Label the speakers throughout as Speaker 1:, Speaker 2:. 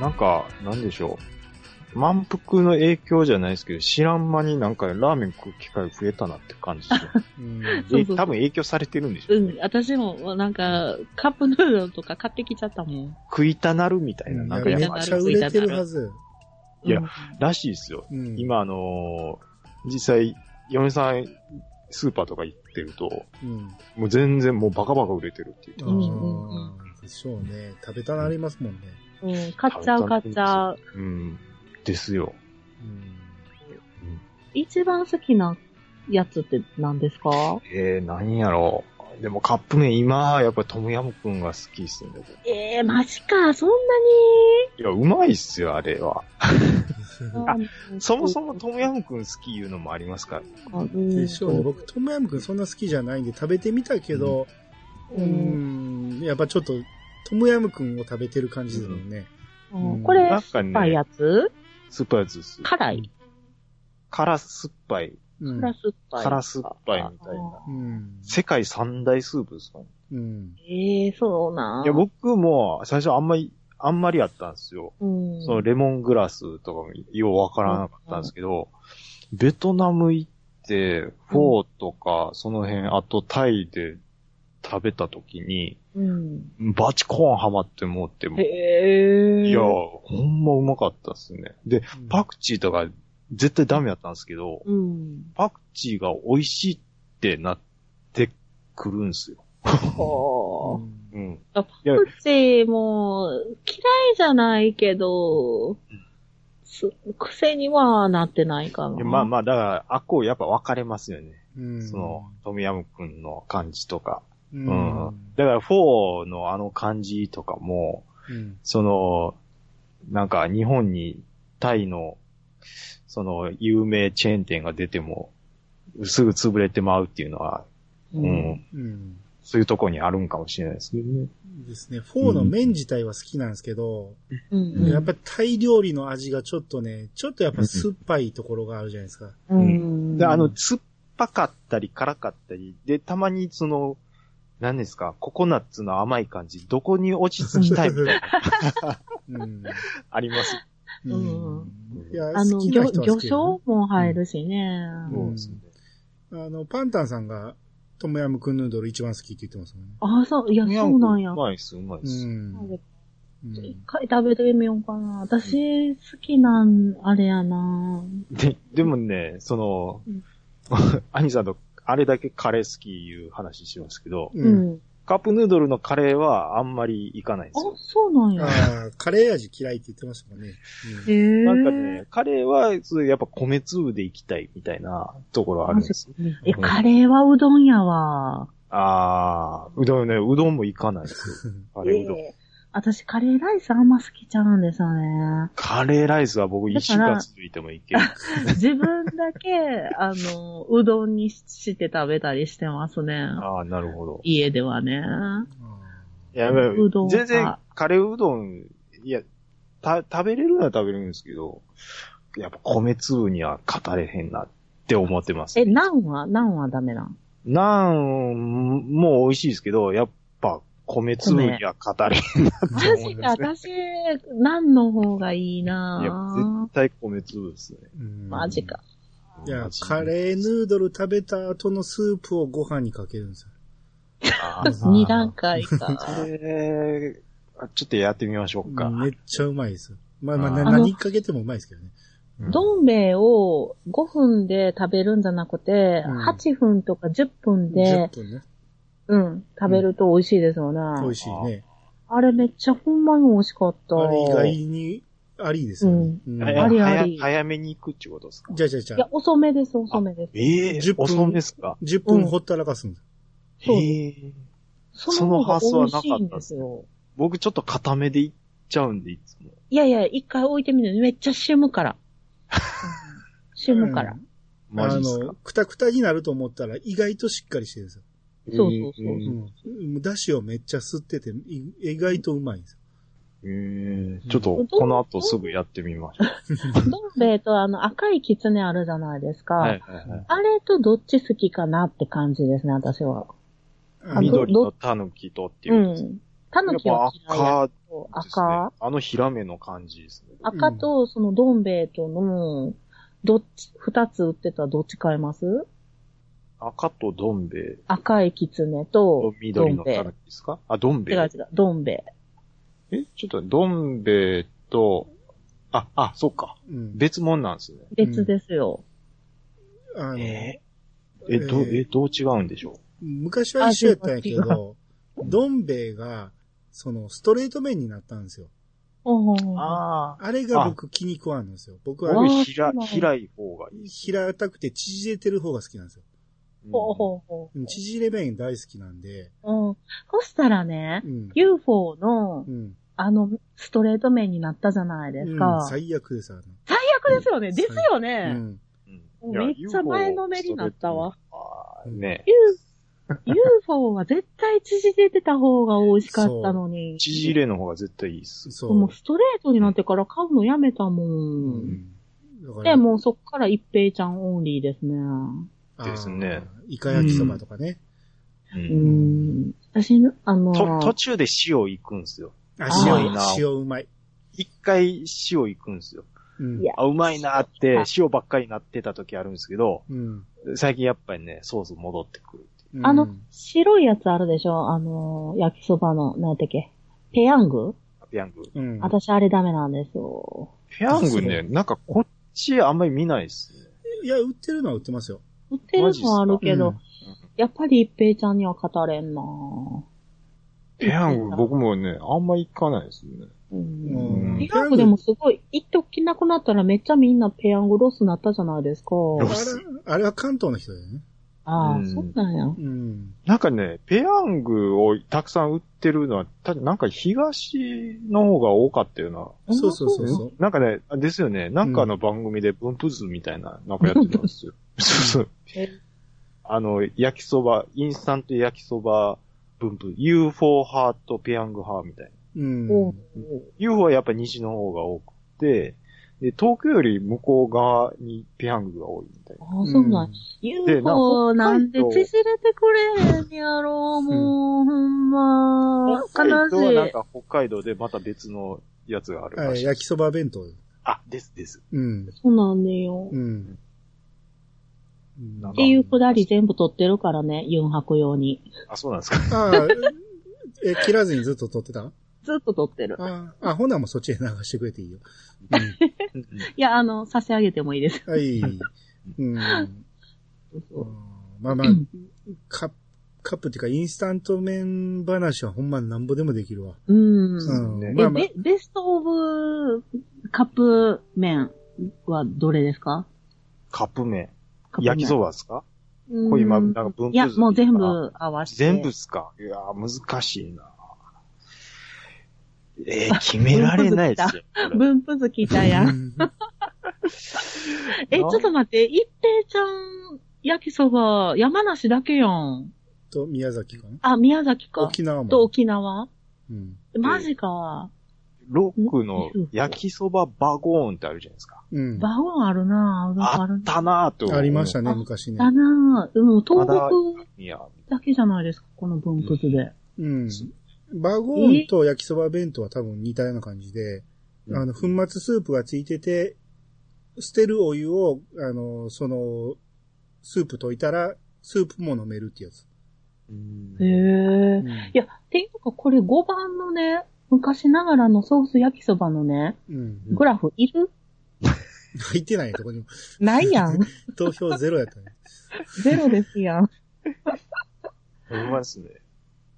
Speaker 1: なんか、なんでしょう。満腹の影響じゃないですけど、知らん間になんかラーメン食う機会増えたなって感じですよ。
Speaker 2: うん。
Speaker 1: え多分影響されてるんでしょ
Speaker 3: う
Speaker 1: うね、
Speaker 3: ん、私も、なんか、カップヌードルとか買ってきちゃったもん。
Speaker 1: 食いたなるみたいな、なんかや
Speaker 3: っ
Speaker 1: っ
Speaker 3: ぱ
Speaker 2: め
Speaker 3: り
Speaker 2: っちゃ売れてるはず。
Speaker 1: いや
Speaker 3: うん、
Speaker 1: らしいですよ。
Speaker 2: うん。
Speaker 1: 今、あのー実際、嫁さん、スーパーとか行ってると、
Speaker 2: うん。
Speaker 1: もう全然もうバカバカ売れてるっていう。
Speaker 2: あ
Speaker 3: うんうんうん
Speaker 2: ーでしょうね。食べたなりますもんね。
Speaker 3: うん、買っちゃう買っちゃう。
Speaker 1: うん。ですよ。
Speaker 2: うん。
Speaker 3: 一番好きなやつって何ですか
Speaker 1: えー、何やろう。でもカップ麺今、やっぱりトムヤムくんが好きっすね。
Speaker 3: ええー、マジか、そん
Speaker 1: いや、うまいっすよ、あれは。
Speaker 3: なに
Speaker 1: そもそも
Speaker 3: も。
Speaker 1: トムヤムくん好きいうのもありますから。
Speaker 3: うん
Speaker 2: でしょうね。僕、トムヤムくんそんな好きじゃないんで食べてみたけど、う、
Speaker 3: うん
Speaker 2: やっぱちょっと、トムヤムくんを食べてる感じですもんね。
Speaker 3: うんこれ、
Speaker 1: な
Speaker 3: 酸
Speaker 1: ん
Speaker 3: っ
Speaker 1: かね
Speaker 3: ぱいやつ
Speaker 1: 酸っぱいやつです。
Speaker 3: 辛い。
Speaker 1: 辛酸っぱい。
Speaker 2: うん。
Speaker 3: 辛酸っぱい。
Speaker 1: 辛酸っぱいみたいな。
Speaker 2: うん。
Speaker 1: 世界三大スープですかね。
Speaker 2: うん。
Speaker 3: ええー、そうなん。
Speaker 1: いや、僕も最初あんまり、あんまりあったんですよ。
Speaker 3: うん、
Speaker 1: そのレモングラスとかもようわからなかったんですけど、ベトナム行って、フォーとか、その辺、あとタイで食べた時に、
Speaker 3: うん。
Speaker 1: バチコーンハマって思っても、
Speaker 3: へ
Speaker 1: い
Speaker 3: え。
Speaker 1: や、ほんまうまかったっすね。で、パクチーとか絶対ダメだったんですけど、
Speaker 3: うん。
Speaker 1: パクチーが美味しいってなってくるんですよ。
Speaker 3: ほー
Speaker 2: うん
Speaker 1: うん。
Speaker 3: あパクチーも嫌いじゃないけど、す癖にはなってないかな。
Speaker 1: まあまあ、だから、あっこうやっぱ分かれますよね。
Speaker 2: うん
Speaker 1: その、トムヤムくんの感じとか。
Speaker 2: う。
Speaker 1: うんん。だから、4のあの感じとかも、
Speaker 2: うん。
Speaker 1: その、なんか日本にタイの、その、有名チェーン店が出ても、すぐ潰れてまうっていうのは、
Speaker 3: う。
Speaker 1: うんん。
Speaker 2: うん。
Speaker 1: そういうとこにあるんかもしれないですけどね。
Speaker 2: ですね。フォーの麺自体は好きなんですけど、
Speaker 3: うん。
Speaker 1: うん
Speaker 2: やっぱりタイ料理の味がちょっとね、ちょっとやっぱ酸っぱいところがあるじゃないですか。
Speaker 3: うん。
Speaker 1: で、あの、酸っぱかったり辛かったり、で、たまにその、何ですか、ココナッツの甘い感じ、どこに落ち着きたいみたいな、
Speaker 2: うん。
Speaker 1: あります。
Speaker 2: うんいや、
Speaker 3: あ
Speaker 2: 好
Speaker 3: の、
Speaker 2: きな人は
Speaker 3: 魚
Speaker 2: 好
Speaker 3: 魚
Speaker 2: きよ
Speaker 3: 醤も入るしね。
Speaker 2: うん
Speaker 1: そうですね
Speaker 2: あの、パンタンさんが、トムヤムクンヌードル一番好きって言ってますもんね。
Speaker 3: ああ、そう、いや、そうなんや
Speaker 1: う。まいっす、うまいっす。
Speaker 2: うん。
Speaker 3: 一回食べてみようかな。私、好きなん、あれやな。
Speaker 1: で、でもね、その
Speaker 3: うん、
Speaker 1: アニさんとあれだけカレー好きいう話しますけど、
Speaker 2: う。
Speaker 3: うんん。
Speaker 1: カップヌードルのカレーはあんまりいかないんで
Speaker 3: あ
Speaker 1: すよ。、
Speaker 3: そうなんや。
Speaker 2: ああ、カレー味嫌いって言ってましたもんね。
Speaker 3: へえ。
Speaker 1: なんかね、カレーは、そうやっぱ米粒でいきたいみたいなところあるんですよ。
Speaker 3: え、カレーはうどんやわ。
Speaker 1: あー、うどんね、うどんもい かないですよ。カレーうどん。。
Speaker 3: えー私、カレーライスあんま好きちゃうんですよね
Speaker 1: カレーライスは僕一週
Speaker 3: だか
Speaker 1: 間
Speaker 3: ら
Speaker 1: 続いてもいけ る。
Speaker 3: 自分だけ、あの、うどんにして食べたりしてますね。
Speaker 1: あー、なるほど。
Speaker 3: 家ではね。
Speaker 1: いや、まあ
Speaker 3: うどんは
Speaker 1: 全然、カレーうどん、いや、た、食べれるのは食べれるんですけど、やっぱ米粒には語れへんなって思ってます。
Speaker 3: え、ナンはナンはダメなん
Speaker 1: ナンも美味しいですけど、やっぱ米粒には語れへんなって
Speaker 3: マ
Speaker 1: 思い
Speaker 3: ジ
Speaker 1: ま
Speaker 3: か、
Speaker 1: すね。
Speaker 3: 私、ナンの方がいい
Speaker 1: いや、
Speaker 3: な
Speaker 1: 絶対米粒ですね。
Speaker 3: マジか。。
Speaker 2: いや
Speaker 1: マジ、で
Speaker 2: カレーヌードル食べた後のスープをご飯にかけるんですよ。
Speaker 1: あー
Speaker 3: 二段階か。
Speaker 1: カレー、あちょっとやってみましょうか。
Speaker 2: めっちゃうまいですよ。まあまあ、な
Speaker 1: あー
Speaker 2: 何かけてもうまいですけどね。
Speaker 3: どん兵衛を5分で食べるんじゃなくて、
Speaker 2: うん
Speaker 3: 8分とか10分
Speaker 2: 10
Speaker 3: で、
Speaker 2: 分ね。
Speaker 3: うん、食べると美味しいですよね。
Speaker 2: 美味しいね。
Speaker 3: あれめっちゃほんまに美味しかった。
Speaker 2: あれ意外にありですよね。うん
Speaker 1: え
Speaker 3: ありあ
Speaker 1: 早
Speaker 3: り
Speaker 1: 早めに行くってことですか
Speaker 2: じゃあじゃあじゃ
Speaker 3: いや
Speaker 2: あ、、
Speaker 3: 遅めです、遅めです。
Speaker 1: ええ
Speaker 2: 10分
Speaker 1: 遅めですか
Speaker 2: 10分ほったらかすんです。
Speaker 3: そう
Speaker 1: ええ
Speaker 3: その方が美味しいんですよ。
Speaker 1: 僕ちょっと固めでいっちゃうんで、いつも。
Speaker 3: いやいや、一回置いてみるめっちゃ死 むから。死むから。
Speaker 1: マジ
Speaker 2: あ
Speaker 1: ですか
Speaker 2: の、くたくたになると思ったら意外としっかりしてるんですよ。
Speaker 3: そうそうそう
Speaker 1: え
Speaker 2: うん。だしをめっちゃ吸ってて、い意外とうまいんですよ。
Speaker 1: えちょっと、この後すぐやってみましょう。
Speaker 3: どん兵衛とあの赤い狐あるじゃないですか。
Speaker 1: はいはいはい
Speaker 3: あれとどっち好きかなって感じですね、私は。
Speaker 2: あの
Speaker 1: 緑のタヌキとっていううやつ。
Speaker 3: ん。タ
Speaker 1: やっ
Speaker 3: ヌキは
Speaker 1: ぱ
Speaker 3: 嫌いや
Speaker 1: 赤で
Speaker 3: けど、
Speaker 1: すね。
Speaker 3: 赤
Speaker 1: あのヒラメの感じですね。
Speaker 3: 赤とそのどん兵衛との、どっち、二つ売ってたらどっち買います
Speaker 1: 赤とどん兵衛
Speaker 3: 赤いキツネと
Speaker 1: と、緑の
Speaker 3: どん兵衛
Speaker 1: タヌキですかあ、どん兵
Speaker 3: 違う
Speaker 1: 衛。
Speaker 3: 違う、どん兵衛。
Speaker 1: え、ちょっと、どん兵衛と、あ、あ、そっか。
Speaker 2: うん。
Speaker 1: 別物なんですね。
Speaker 3: 別ですよ。
Speaker 2: あの、
Speaker 1: ええ、ど、え、どう違うんでしょ
Speaker 2: 昔は一緒やったんやけ
Speaker 3: あで
Speaker 2: ど、どん兵衛が、その、ストレート面になったんですよ。
Speaker 3: お
Speaker 1: う
Speaker 3: ー
Speaker 1: ああ。
Speaker 2: あれが僕気に食わんのですよ。僕は
Speaker 1: 僕、
Speaker 2: ね、
Speaker 3: あー
Speaker 1: ひら
Speaker 3: そうなん、だ
Speaker 1: 開い方がいい。
Speaker 2: 平たくて縮れてる方が好きなんですよ。
Speaker 1: うん
Speaker 3: ほうほうほう
Speaker 2: うん縮れ麺大好きなんで、
Speaker 3: うん。そしたらね
Speaker 2: う、ん。
Speaker 3: UFO の
Speaker 2: う、ん。
Speaker 3: あの、ストレート面になったじゃないです
Speaker 2: うん
Speaker 3: か。最
Speaker 2: 最悪です、あ
Speaker 3: 悪ですよね。ですよ
Speaker 2: の。う
Speaker 3: ね。
Speaker 2: ん。
Speaker 1: うんいや
Speaker 3: めっちゃ前のめりになったわ。
Speaker 1: あーね
Speaker 3: U- UFO は絶対縮れてた方が美味しかったのに。
Speaker 1: 縮れの方が絶対いいっす。
Speaker 2: そ
Speaker 3: も
Speaker 2: う
Speaker 3: う。ストレートになってから買うのやめたも。
Speaker 2: うんんだから
Speaker 3: で、もうそっから一平ちゃんオンリーですね。
Speaker 2: あー
Speaker 1: ですね。
Speaker 2: イカ焼きそばとかね。
Speaker 1: う
Speaker 3: うんん。私、あの、
Speaker 1: と、途中で塩行くんすよ。
Speaker 2: あ、
Speaker 3: あー
Speaker 2: 塩、塩うまい。
Speaker 1: 一回塩行くんすよ。
Speaker 2: うん
Speaker 3: いや
Speaker 1: あ、うまいなーっ
Speaker 3: は
Speaker 1: て
Speaker 3: い、
Speaker 1: 塩ばっかりなってた時あるんですけど、
Speaker 2: うん。
Speaker 1: 最近やっぱりね、ソース戻ってくるっていう。
Speaker 2: うん
Speaker 3: あの、白いやつあるでしょあの、焼きそばの、なんだっけペヤング
Speaker 1: ペヤング。
Speaker 2: うん。
Speaker 3: 私あれダメなんですよ。
Speaker 1: ペヤング
Speaker 2: そ
Speaker 1: ね、なんかこっちあんまり見ないっすね。
Speaker 2: いや、売ってるのは売ってますよ。
Speaker 3: 売ってるのはあるけ
Speaker 2: う
Speaker 3: ど
Speaker 2: ん、
Speaker 3: やっぱり一平ちゃんには語れんなぁ
Speaker 1: ペヤング僕もね、あんま行かないですね。
Speaker 3: うん
Speaker 1: うん
Speaker 3: ペヤングでもすごい、一時なくなったらめっちゃみんなペヤングロスなったじゃないですか。
Speaker 2: あれ
Speaker 1: ロス、
Speaker 2: あれは関東の人だよね。
Speaker 3: ああ、
Speaker 1: うん
Speaker 3: そうなんや。
Speaker 2: うん。
Speaker 1: なんかね、ペヤングをたくさん売ってるのは、たなんか東の方が多かったよな。
Speaker 2: そうそうそうそう。
Speaker 1: なんかね、あですよね、なんかの番組で分布図みたいな、なんかやってたんですよ。そうそう
Speaker 3: え。
Speaker 1: あの、焼きそば、インスタント焼きそば分布、UFO 派とペヤング派みたいな。
Speaker 2: うん。
Speaker 3: おう
Speaker 1: UFO はやっぱ西の方が多くて、で、東京より向こう側にペヤングが多いみたいな。
Speaker 3: ああ、そうなんや。
Speaker 1: でな
Speaker 3: UFO なんで
Speaker 1: 北海道
Speaker 3: 縮れてくれへんやろ、もう、ほんま。
Speaker 1: 北海道はな
Speaker 3: 悲
Speaker 1: ん
Speaker 3: しい。
Speaker 1: か北海道でまた別のやつがある
Speaker 2: あ
Speaker 1: らしい。
Speaker 2: 焼きそば弁当。
Speaker 1: あ、ですです。
Speaker 2: うん。
Speaker 3: そうなんねよ
Speaker 2: う。ん。
Speaker 1: なん
Speaker 3: っ
Speaker 1: か
Speaker 3: ていうくだり全部取ってるからね、ユン白用に。
Speaker 1: あ、そうなんですか。
Speaker 2: ああ、え、切らずにずっと撮ってたあ
Speaker 3: ずっと取ってる。
Speaker 2: あ、あ、ほなもうそっちへ流してくれていいよ。う
Speaker 3: いや、あの、差し上げてもいいです。
Speaker 2: ん、 はい。うん。まあまあ、カップ、カップっていうか、インスタント麺話はほんまなんぼでもできるわ。
Speaker 3: うん。
Speaker 2: うん。
Speaker 1: ね
Speaker 3: え、
Speaker 2: まあまあ、
Speaker 3: ベベストオブカップ麺はどれですか
Speaker 1: カップ麺。焼きそばですか
Speaker 3: ば
Speaker 1: こう今、なんか分布図
Speaker 3: いや、もう全部合わせて。
Speaker 1: 全部っすかいやー、難しいな。えー、決められないですよ。これ
Speaker 3: 分布図聞いた やん。え、ちょっと待って、一平ちゃん焼きそば、山梨だけやん。
Speaker 2: と、宮崎かな
Speaker 3: あ、宮崎か。
Speaker 2: 沖縄
Speaker 3: と
Speaker 2: も。
Speaker 3: 沖縄
Speaker 2: うん。
Speaker 3: マジか。
Speaker 1: ロックの焼きそばバゴーンってあるじゃないですか。
Speaker 2: うん。
Speaker 3: バゴンあるなぁ。
Speaker 1: あ
Speaker 3: ある
Speaker 1: っ
Speaker 3: な
Speaker 1: たなぁと。
Speaker 2: ありました
Speaker 1: ね。
Speaker 2: ね、昔ね。
Speaker 3: だなぁ。でも東北
Speaker 1: いや、
Speaker 3: だけじゃないですか、この分布図で。
Speaker 2: うん。バゴーンと焼きそば弁当は多分似たような感じで、
Speaker 1: うん
Speaker 2: あの、粉末スープがついてて、捨てるお湯を、あの、その、スープ溶いたら、スープも飲めるってやつ。
Speaker 1: うん
Speaker 3: へえ。
Speaker 2: うん
Speaker 3: いや、っていうか、これ5番のね、昔ながらのソース焼きそばのね、
Speaker 2: うん。
Speaker 3: グラフいる
Speaker 2: 入ってないよ、どこにも。
Speaker 3: ないやん。
Speaker 2: 投票ゼロやったね。
Speaker 3: ゼロですやん。
Speaker 1: ほんまですね。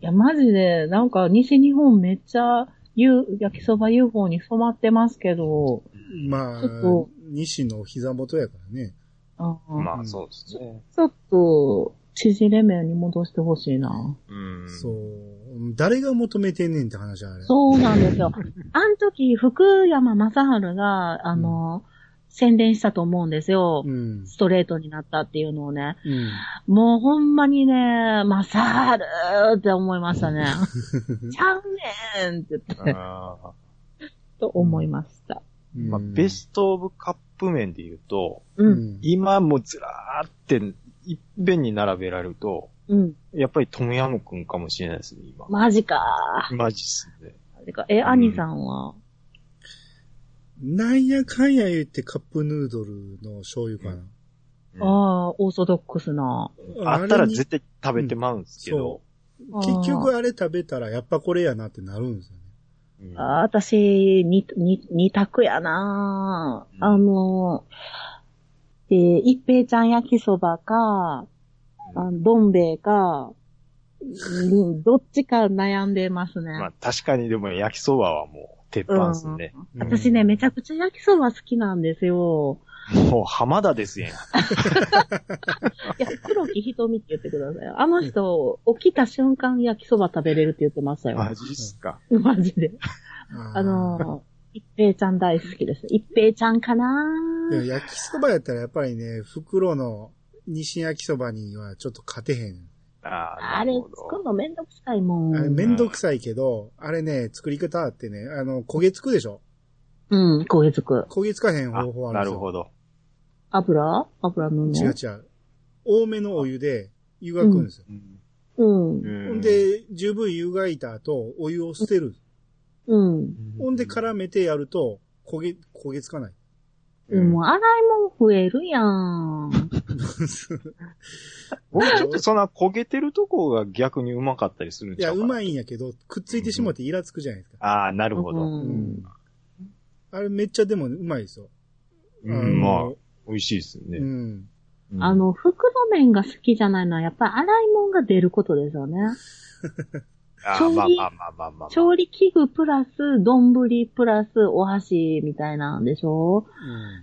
Speaker 3: いや、マジで、なんか西日本めっちゃ、ゆ焼きそば UFO に染まってますけど、
Speaker 2: まあ
Speaker 3: ちょっと、
Speaker 2: 西の膝元やからね。
Speaker 3: あー
Speaker 1: まあ、そうですね。
Speaker 3: ちょっと、縮れ麺に戻してほしいな。
Speaker 1: うん。
Speaker 2: そう。誰が求めてんねんって話はあれ。
Speaker 3: そうなんです よ。あの時、福山雅治が、あの、宣伝したと思うんですよ。
Speaker 2: うん。
Speaker 3: ストレートになったっていうのをね。
Speaker 2: うん。
Speaker 3: もうほんまにね、雅治って思いました ね。ちゃうねんって
Speaker 1: あー
Speaker 3: と思いました。
Speaker 1: まあ、ベストオブカップ麺で言うと、
Speaker 2: ト
Speaker 3: うん。
Speaker 1: 今もうずらーって、いっぺんに並べられると、
Speaker 3: ううん。
Speaker 1: やっぱりトムヤムくんかもしれないですね、今。
Speaker 3: マジか
Speaker 1: マジっすね。
Speaker 3: マジか。え、
Speaker 1: ん
Speaker 3: 兄さんは、
Speaker 2: なんやかんや言ってカップヌードルの醤油かな。
Speaker 1: うん
Speaker 3: ああ、オーソドックスな。
Speaker 1: あったら絶対食べてまうんですけど。
Speaker 3: あー
Speaker 2: 結局あれ食べたらやっぱこれやなってなるんですよね。
Speaker 1: うん
Speaker 3: あー私、に、に、二択やな
Speaker 1: うん
Speaker 3: あの、えー一平ちゃん焼きそばか、あのどん兵衛か、 うんどっちか悩んでますね。
Speaker 1: まあ確かにでも焼きそばはもう鉄板っすね。
Speaker 3: うん私ね、めちゃ
Speaker 2: く
Speaker 3: くちゃ焼きそば好きなんですよ。
Speaker 1: もう浜田ですやん。
Speaker 3: いや、黒木瞳って言ってください。あの人、起きた瞬間焼きそば食べれるって言ってましたよ。
Speaker 1: マジっすか。
Speaker 3: マジで。
Speaker 2: ちゃ
Speaker 3: あの、一平ちゃん大好きです。一平ちゃんかな
Speaker 2: でも焼きそばやったらやっぱりね、袋の西焼きそばにはちょっと勝てへん。
Speaker 1: あー
Speaker 3: あれ、
Speaker 1: なるほ
Speaker 3: 作る
Speaker 1: ど。
Speaker 3: のめんどくさいもん。
Speaker 2: あれめんどくさいけど、あれね、作り方あってね、あの、焦げつくでしょ
Speaker 3: うん、焦げつく。
Speaker 2: 焦げつかへん方法
Speaker 1: あ
Speaker 2: あ
Speaker 1: な
Speaker 2: るん
Speaker 1: る
Speaker 2: ですよ。
Speaker 1: ほど。
Speaker 3: 油油のね。
Speaker 2: 違う違う。多めのお湯で湯がくんですよ。
Speaker 1: うん
Speaker 3: うん。
Speaker 2: ほん、で、十分湯がいた後、お湯を捨てる。
Speaker 3: うん。
Speaker 2: ほんで絡めてやると、焦げ、焦げつかない。
Speaker 1: うん
Speaker 3: もう洗い物増えるやん。
Speaker 1: 僕ちょっとそんな焦げてるとこが逆にうまかったりするん
Speaker 2: い
Speaker 1: ちゃ
Speaker 2: や、
Speaker 1: う
Speaker 2: う
Speaker 1: かな
Speaker 2: まいんやけど、くっついてしまってイラつくじゃないですか。
Speaker 1: ああ、なるほ
Speaker 3: う
Speaker 1: ど。
Speaker 3: ん。
Speaker 2: あれめっちゃでもうまいですよ。
Speaker 1: う
Speaker 2: の
Speaker 1: ん、まあ、美味しいですよ
Speaker 2: う
Speaker 1: ね。
Speaker 2: ん。
Speaker 1: うん
Speaker 3: あ、の、袋麺が好きじゃないのは、やっぱり洗い物が出ることですよね。
Speaker 1: あ
Speaker 3: 調
Speaker 1: ー
Speaker 3: 理
Speaker 1: まあまあまあまあまあ。
Speaker 3: 調理器具プラス、丼プラス、お箸みたいなんでしょ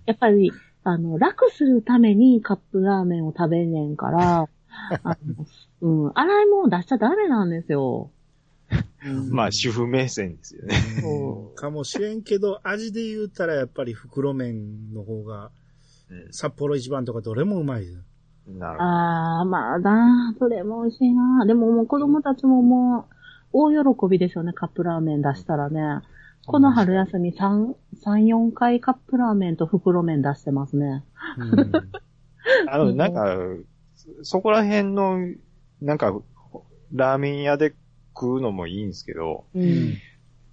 Speaker 3: やっぱり、あの、楽するためにカップラーメンを食べんねんから、あのうん、洗い物出しちゃダメなんですよ。
Speaker 2: うん
Speaker 1: まあ、主婦目線ですよね。
Speaker 3: そう
Speaker 2: かもしれんけど、味で言うたらやっぱり袋麺の方が、札幌一番とかどれもうまいですよ。
Speaker 1: なるほど。
Speaker 3: ああ、まあな、どれも美味しいな。でももう子供たちももう、大喜びですよね、カップラーメン出したらね。この春休み3、3、4回カップラーメンと袋麺出してますね。
Speaker 2: うん
Speaker 1: あの、なんか、そこら辺の、なんか、ラーメン屋で食うのもいいんですけど、
Speaker 3: う
Speaker 2: うん
Speaker 3: ん。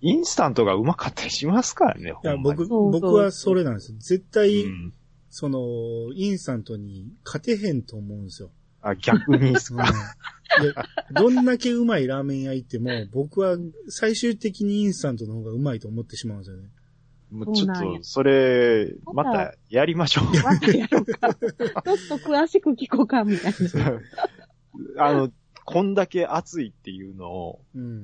Speaker 1: インスタントがうまかったりしますからね、
Speaker 2: いや
Speaker 1: ほんまに
Speaker 2: 僕、
Speaker 3: そうそう
Speaker 2: 僕はそれなんですよ。絶対、
Speaker 1: うん
Speaker 2: その、インスタントに勝てへんと思うんですよ。
Speaker 1: あ、逆 にっす
Speaker 2: うん、
Speaker 1: か。
Speaker 2: でどんだけうまいラーメン屋行っても、僕は最終的にインスタントの方がうまいと思ってしまうんですよね。
Speaker 1: もうちょっ
Speaker 3: そうなんや
Speaker 1: と、それ、
Speaker 3: ま
Speaker 1: ま
Speaker 3: た
Speaker 1: たやりましょう。
Speaker 3: またやろうか。ちょっと詳しく聞こうか、みたいな。
Speaker 1: あの、こんだけ熱いっていうのを、
Speaker 2: うん。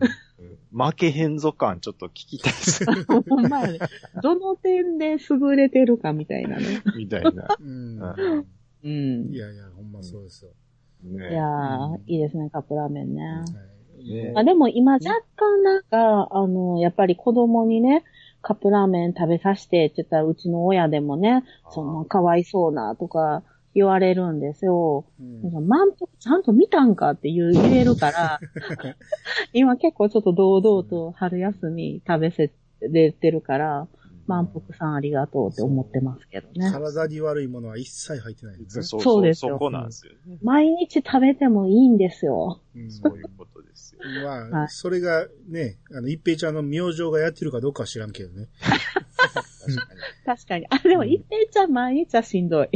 Speaker 1: 負けへんぞ感ちょっと聞きたい です。
Speaker 3: ほんまやね。どの点で優れてるかみたいなね。
Speaker 1: みたいな。
Speaker 2: うん
Speaker 1: うん
Speaker 3: うん。
Speaker 2: い
Speaker 3: い
Speaker 2: やいや、ほんまそうですよ。
Speaker 1: ね
Speaker 3: やー、いいですね、カップラーメンね。
Speaker 1: ね
Speaker 3: まあでも今若干なんか、あの、やっぱり子供にね、カップラーメン食べさせてって言ったら、うちの親でもね、そんなかわいそうなとか言われるんですよ。
Speaker 2: うん
Speaker 3: なんか満腹ちゃんと見たんかって言う言え るから、今結構ちょっと堂々と春休み食べせれてるから、満腹さんありがとうって思ってますけどね。
Speaker 2: 体に悪いものは一切入ってないですね。
Speaker 1: そう
Speaker 3: そ
Speaker 1: そうう
Speaker 3: ですよ
Speaker 1: そこなんですよね。
Speaker 3: 毎日食べてもいいんですよ。
Speaker 2: うん
Speaker 1: そういうことですよ。
Speaker 2: ま
Speaker 3: は
Speaker 2: あ、
Speaker 3: い
Speaker 2: それがね、あの、一平ちゃんの明星がやってるかどうかは知らんけどね。
Speaker 1: 確かに。
Speaker 3: 確かに。あ、でも、
Speaker 2: うん
Speaker 3: 一平ちゃん毎日はしんどい。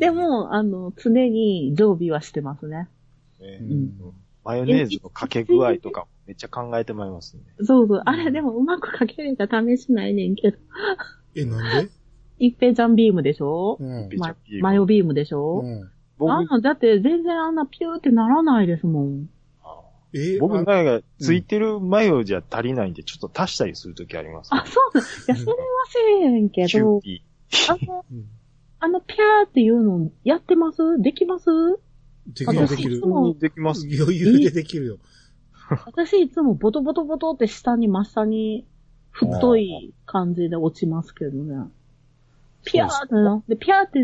Speaker 3: でも、あの、常に常備はしてますね。
Speaker 1: ね
Speaker 2: うん
Speaker 1: マヨネーズのかけ具合とかめっちゃ考えてまいりますね。
Speaker 3: そうそう。あ
Speaker 2: う
Speaker 3: れ、
Speaker 2: ん
Speaker 3: でもうまくかけれた試しないねんけど。
Speaker 2: え、なんで
Speaker 3: 一平ちゃんビームでしょ
Speaker 2: うん
Speaker 1: ビーム
Speaker 3: まマヨビームでしょ
Speaker 2: うん。
Speaker 1: 僕、
Speaker 3: あんな、だって全然あんなピューってならないですもん。
Speaker 2: え、
Speaker 1: 僕
Speaker 2: あ
Speaker 1: なんかついてるマヨじゃ足りないんで、ちょっと足したりするときあります、
Speaker 3: あ、そうなんいや、それはせえへんけ
Speaker 1: キュ
Speaker 3: ど
Speaker 1: ー、ピ
Speaker 3: あの、
Speaker 2: うん
Speaker 3: あの、ピャーっていうのやってますできます
Speaker 2: でき
Speaker 3: あ
Speaker 2: る
Speaker 3: 私
Speaker 2: でき
Speaker 3: い
Speaker 2: る
Speaker 3: つ。も
Speaker 1: ー。できます。
Speaker 2: 余裕でできるよ。
Speaker 3: 私いつもボトボトボトって下に真下に太い感じで落ちますけどね。ピャーってな、で、ピャーって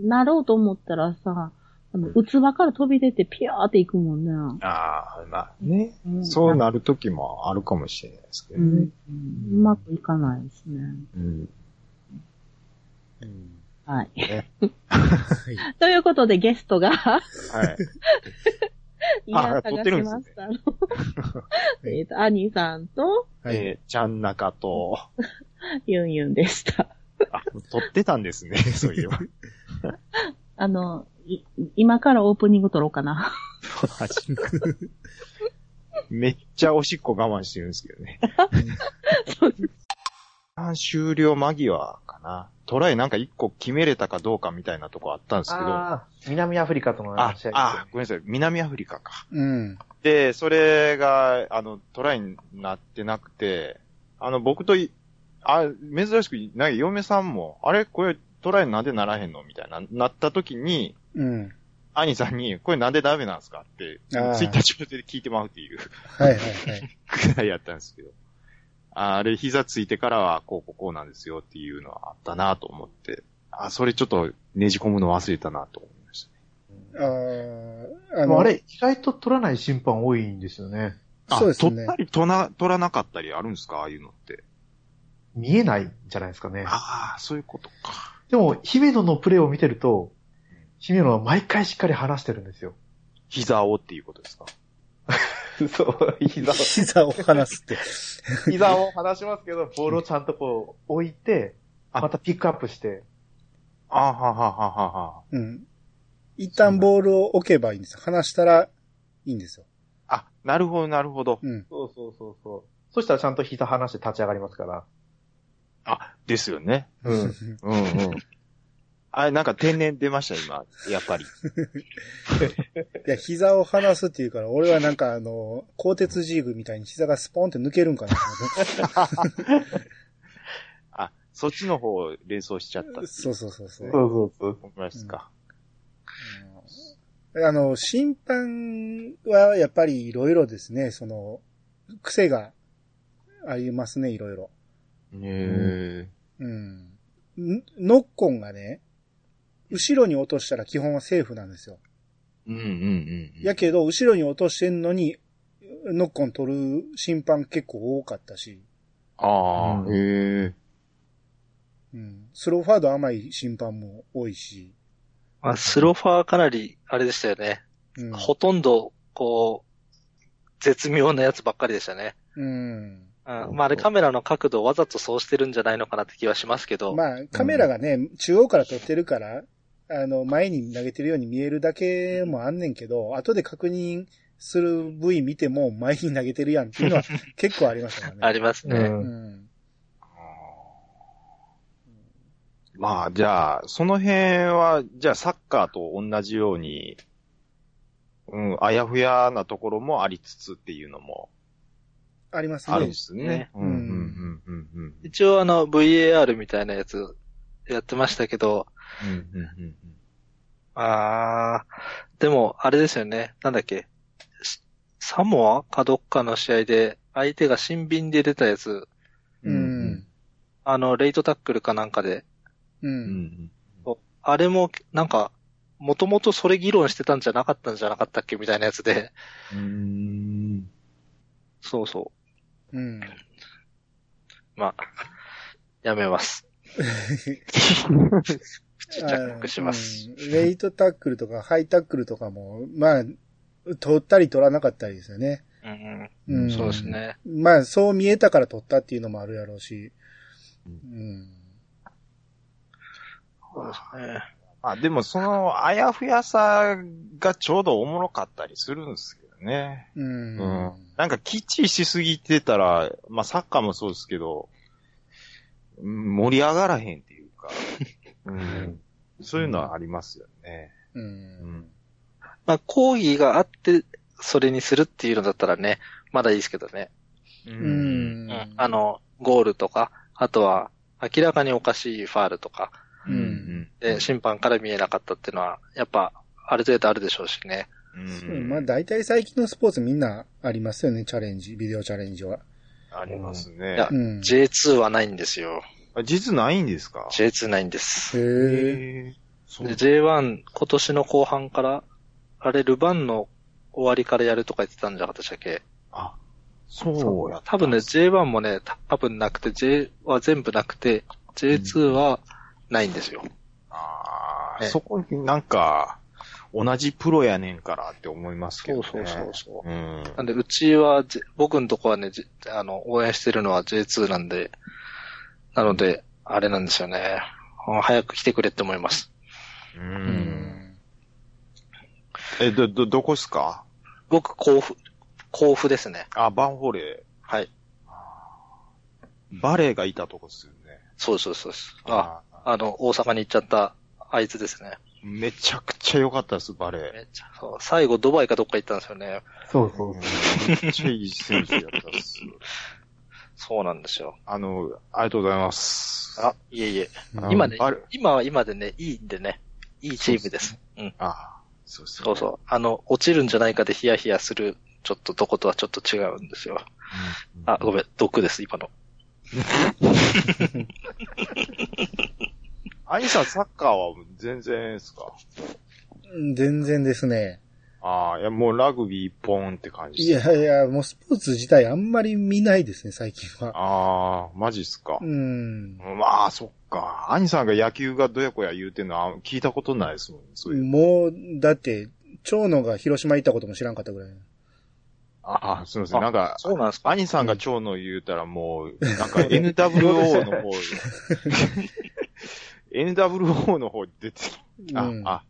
Speaker 3: なろうと思ったらさ、あの、器から飛び出てピャーっていくもんね。
Speaker 1: ああ、まあね。
Speaker 3: うん
Speaker 1: そうなるときもあるかもしれないですけ
Speaker 3: う
Speaker 1: どね。
Speaker 3: ん。うまくいかないですね。
Speaker 1: うん。
Speaker 3: は
Speaker 2: は
Speaker 3: い。
Speaker 2: い。
Speaker 3: ということでゲスト が、
Speaker 1: はい。
Speaker 3: いや、探しましたの。 えっと、アニさんと、
Speaker 2: はい。
Speaker 1: えー、ちゃんなかと、
Speaker 3: ユンユンでした。
Speaker 1: あ、撮ってたんですね、 そういえば。
Speaker 3: あの、い今からオープニング撮ろうかな。
Speaker 1: めっちゃおしっこ我慢してるんですけどね。
Speaker 3: そう
Speaker 1: あ終了間際かな。トライなんか一個決めれたかどうかみたいなとこあったんですけど。あ
Speaker 4: ああ、南アフリカとの
Speaker 1: あ
Speaker 4: 試合ですよね
Speaker 1: ごめんなさい。南アフリカか。
Speaker 2: うん。
Speaker 1: で、それが、あの、トライになってなくて、あの、僕とい、あ、珍しくいない嫁さんも、あれこれトライなんでならへんのみたいな、なった時に、
Speaker 2: うん。
Speaker 1: 兄さんに、これなんでダメなんですかって、ツイ
Speaker 2: あー
Speaker 1: ッター上で聞いてもらうっていう。
Speaker 2: はいはいはい。
Speaker 1: くらいやったんですけど。ああれ、膝ついてからは、こう、こう、こうなんですよっていうのはあったなと思って。あ、それちょっとねじ込むの忘れたなと思いまし
Speaker 2: あー
Speaker 4: で
Speaker 2: あ
Speaker 4: も
Speaker 2: の、
Speaker 4: あれ、意外と取らない審判多いんですよね。
Speaker 1: たね。
Speaker 2: そうです
Speaker 1: 取
Speaker 2: ね
Speaker 1: った。り取な、取らなかったりあるんですかああいうのって。
Speaker 4: 見えないんじゃないですかね。
Speaker 1: ああ、そういうことか。
Speaker 4: でも、姫野のプレーを見てると、姫野は毎回しっかり話してるんですよ。
Speaker 1: 膝をっていうことですか
Speaker 4: そう、膝を、
Speaker 2: 膝を離すって。
Speaker 4: 膝を離しますけど、ボールをちゃんとこう置いて、
Speaker 1: あ
Speaker 4: またピックアップして、
Speaker 1: あははははは。
Speaker 2: うん。一旦ボールを置けばいいんですよ。離したらいいんですよ。
Speaker 1: あ、なるほど、なるほど。
Speaker 2: うん。
Speaker 4: そうそうそうそう。そしたらちゃんと膝離して立ち上がりますから。
Speaker 1: あ、ですよね。
Speaker 4: うん。
Speaker 1: うんうん。あれ、なんか天然出ました、今。やっぱり。
Speaker 2: いや、膝を離すっていうから、俺はなんかあの、鋼鉄ジーグみたいに膝がスポンって抜けるんか なと
Speaker 1: あ、そっちの方を連想しちゃったってい
Speaker 2: 思ってそうそうそうそう。
Speaker 4: そうそう
Speaker 1: 思いますか。
Speaker 2: あの、審判はやっぱりいろいろですね、その、癖がありますね、いろいろ。
Speaker 1: ねえ。
Speaker 2: うん。んノッコンがね、後ろに落としたら基本はセーフなんですよ。
Speaker 1: うんうんうんうん。
Speaker 2: やけど、後ろに落としてんのに、ノッコン取る審判結構多かったし、
Speaker 1: ああ、
Speaker 4: うん
Speaker 1: へえ。
Speaker 2: うん。スローファード甘い審判も多いし、
Speaker 5: まあ、スローファーかなり、あれでしたよね。
Speaker 2: うん。
Speaker 5: ほとんど、こう、絶妙なやつばっかりでしたね。
Speaker 2: うん。
Speaker 5: うん、まあ、あれカメラの角度をわざとそうしてるんじゃないのかなって気はしますけど。
Speaker 2: まあ、カメラがね、中央から撮ってるから、あの、前に投げてるように見えるだけもあんねんけど、後で確認する部位見ても前に投げてるやんっていうのは結構ありましたからね。
Speaker 5: ありますね。
Speaker 4: う。
Speaker 2: うんん。
Speaker 1: まあ、じゃあ、その辺は、じゃあサッカーと同じように、うん、あやふやなところもありつつっていうのも
Speaker 2: あります
Speaker 1: あるん
Speaker 2: ね
Speaker 1: で。すね。
Speaker 5: ね
Speaker 1: うんうんうんうんうん。
Speaker 5: 一応、あの、VAR みたいなやつ、やってましたけど、
Speaker 1: うんうんうんうん
Speaker 5: あー、でも、あれですよね。なんだっけ。しサモアかどっかの試合で、相手が新瓶で出たやつ、
Speaker 2: う
Speaker 1: うん
Speaker 2: ん。
Speaker 5: あの、レイトタックルかなんかで、
Speaker 2: う。
Speaker 1: うんん
Speaker 5: あれも、なんか、もともとそれ議論してたんじゃなかったんじゃなかったっけみたいなやつで、
Speaker 1: うん。
Speaker 5: そうそ
Speaker 2: うん。
Speaker 5: う。まあ、やめます。口着
Speaker 2: あ
Speaker 5: 目します。
Speaker 2: うんレイトタックルとかハイタックルとかも、まあ、取ったり取らなかったりですよね。
Speaker 5: うん、
Speaker 2: う。
Speaker 5: うんん、そうですね。
Speaker 2: まあ、そう見えたから取ったっていうのもあるやろうし。うん。
Speaker 5: そうですね。
Speaker 1: まあ、でもその、あやふやさがちょうどおもろかったりするんですけどね。
Speaker 2: うん。
Speaker 1: うんなんかきっちりしすぎてたら、まあサッカーもそうですけど、うん盛り上がらへんっていうか、うんそういうのはありますよね。
Speaker 2: う。
Speaker 1: うんん
Speaker 5: まあ、抗議があって、それにするっていうのだったらね、まだいいですけどね。
Speaker 1: う
Speaker 2: う。ん
Speaker 5: うん。あ、の、ゴールとか、あとは、明らかにおかしいファールとか、
Speaker 1: うんうん
Speaker 5: で、審判から見えなかったっていうのは、やっぱ、ある程度あるでしょうしね。
Speaker 1: うん
Speaker 2: まあ大体最近のスポーツみんなありますよね、チャレンジ、ビデオチャレンジは。
Speaker 1: あります
Speaker 5: い
Speaker 1: ね
Speaker 5: や。
Speaker 2: うん。
Speaker 5: J2 はないんですよ。
Speaker 1: あ実ないんですか
Speaker 5: J2 ないんです。
Speaker 2: へえ。
Speaker 1: へーそう
Speaker 5: で J1、今年の後半から、あれ、ルヴァンの終わりからやるとか言ってたんじゃなかったでしたっけ
Speaker 1: あ、そうやった
Speaker 5: 多分ね、J1 もね、多分なくて、J は全部なくて、J2 はないんですよ。
Speaker 1: ああ、
Speaker 5: ええ
Speaker 1: そこになんか、同じプロやねんからって思いますけ
Speaker 5: そ
Speaker 1: ど
Speaker 5: う
Speaker 1: ね。。
Speaker 5: そうそうそう
Speaker 1: ん
Speaker 5: う。。なんで、うちは、J- 僕のとこはね、J- あの、応援してるのは J2 なんで、なので、あれなんですよね。あ早く来てくれって思います。
Speaker 1: う。。
Speaker 4: うん
Speaker 1: え、ど、ど、どこっすか
Speaker 5: 僕、甲府、甲府ですね。
Speaker 1: あ、バンホーレ
Speaker 5: はい。
Speaker 1: ー。バレーがいたとこっすよね。
Speaker 5: そうですそうですそうです。あ、
Speaker 1: ああ
Speaker 5: あの、大阪に行っちゃった、あいつですね。
Speaker 1: めちゃくちゃ良かったです、バレー。
Speaker 5: めっちゃ、そう。最後、ドバイかどっか行ったんですよね。
Speaker 4: そうそうそう。
Speaker 1: めっちゃいい選手やったっす。
Speaker 5: そうなんですよ。
Speaker 1: あの、ありがとうございます。
Speaker 5: あ、いえいえ。
Speaker 1: うん
Speaker 5: 今ね
Speaker 1: ある、
Speaker 5: 今は今でね、いいんでね。いいチームです。うん。
Speaker 1: あ、そうです
Speaker 5: そうそう。あの、落ちるんじゃないかでヒヤヒヤする、ちょっとどことはちょっと違うんですよ。あ、ごめん、毒です、今の。
Speaker 1: アニさん、サッカーは全然ですか
Speaker 2: うん全然ですね。
Speaker 1: ああ、いや、もうラグビー一本って感じ。
Speaker 2: い。やいや、もうスポーツ自体あんまり見ないですね、最近は。
Speaker 1: ああ、マジっすか
Speaker 2: う。ん。
Speaker 1: まあ、そっか。アニさんが野球がどやこや言うてんのは聞いたことないですもん。そういう。
Speaker 2: もう、だって、長野が広島行ったことも知らんかったぐらい。
Speaker 1: ああ、すみません。なんか、
Speaker 5: そうなんですか
Speaker 1: アニさんが長野言うたらもう、なん か NWO の方、NWO の方に出て、あ
Speaker 2: うん、
Speaker 1: あ、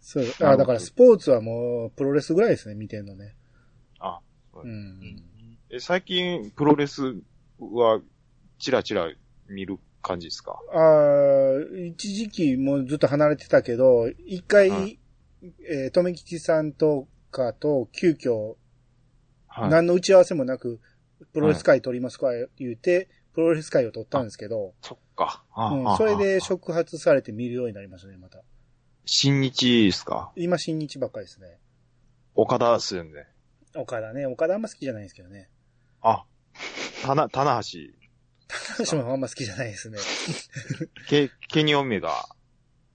Speaker 2: そう。
Speaker 1: なるほ
Speaker 2: あ
Speaker 1: ど
Speaker 2: だからスポーツはもう、プロレスぐらいですね、見てんのね。
Speaker 1: あ、
Speaker 2: う。
Speaker 5: うん
Speaker 1: え最近プロレスはチラチラ見る感じですか
Speaker 2: ああ、一時期もうずっと離れてたけど、一回、
Speaker 1: はい
Speaker 2: えー、とめきちさんとかと急遽、
Speaker 1: はい。
Speaker 2: 何の打ち合わせもなく、プロレス会取りますか言うて、プロレス会を取ったんですけど、
Speaker 1: そっか。あ
Speaker 2: うん、
Speaker 1: あ
Speaker 2: それで
Speaker 1: あ
Speaker 2: 触発されて見るようになりましたね、また。
Speaker 1: 新日ですか
Speaker 2: 今、新日ばっかりですね。
Speaker 1: 岡田っすよね。
Speaker 2: 岡田ね。岡田あんま好きじゃないんですけどね。
Speaker 1: あ、たな、棚橋、
Speaker 2: 高島もあんま好きじゃないです ね。
Speaker 1: ケ、ケニオメガ。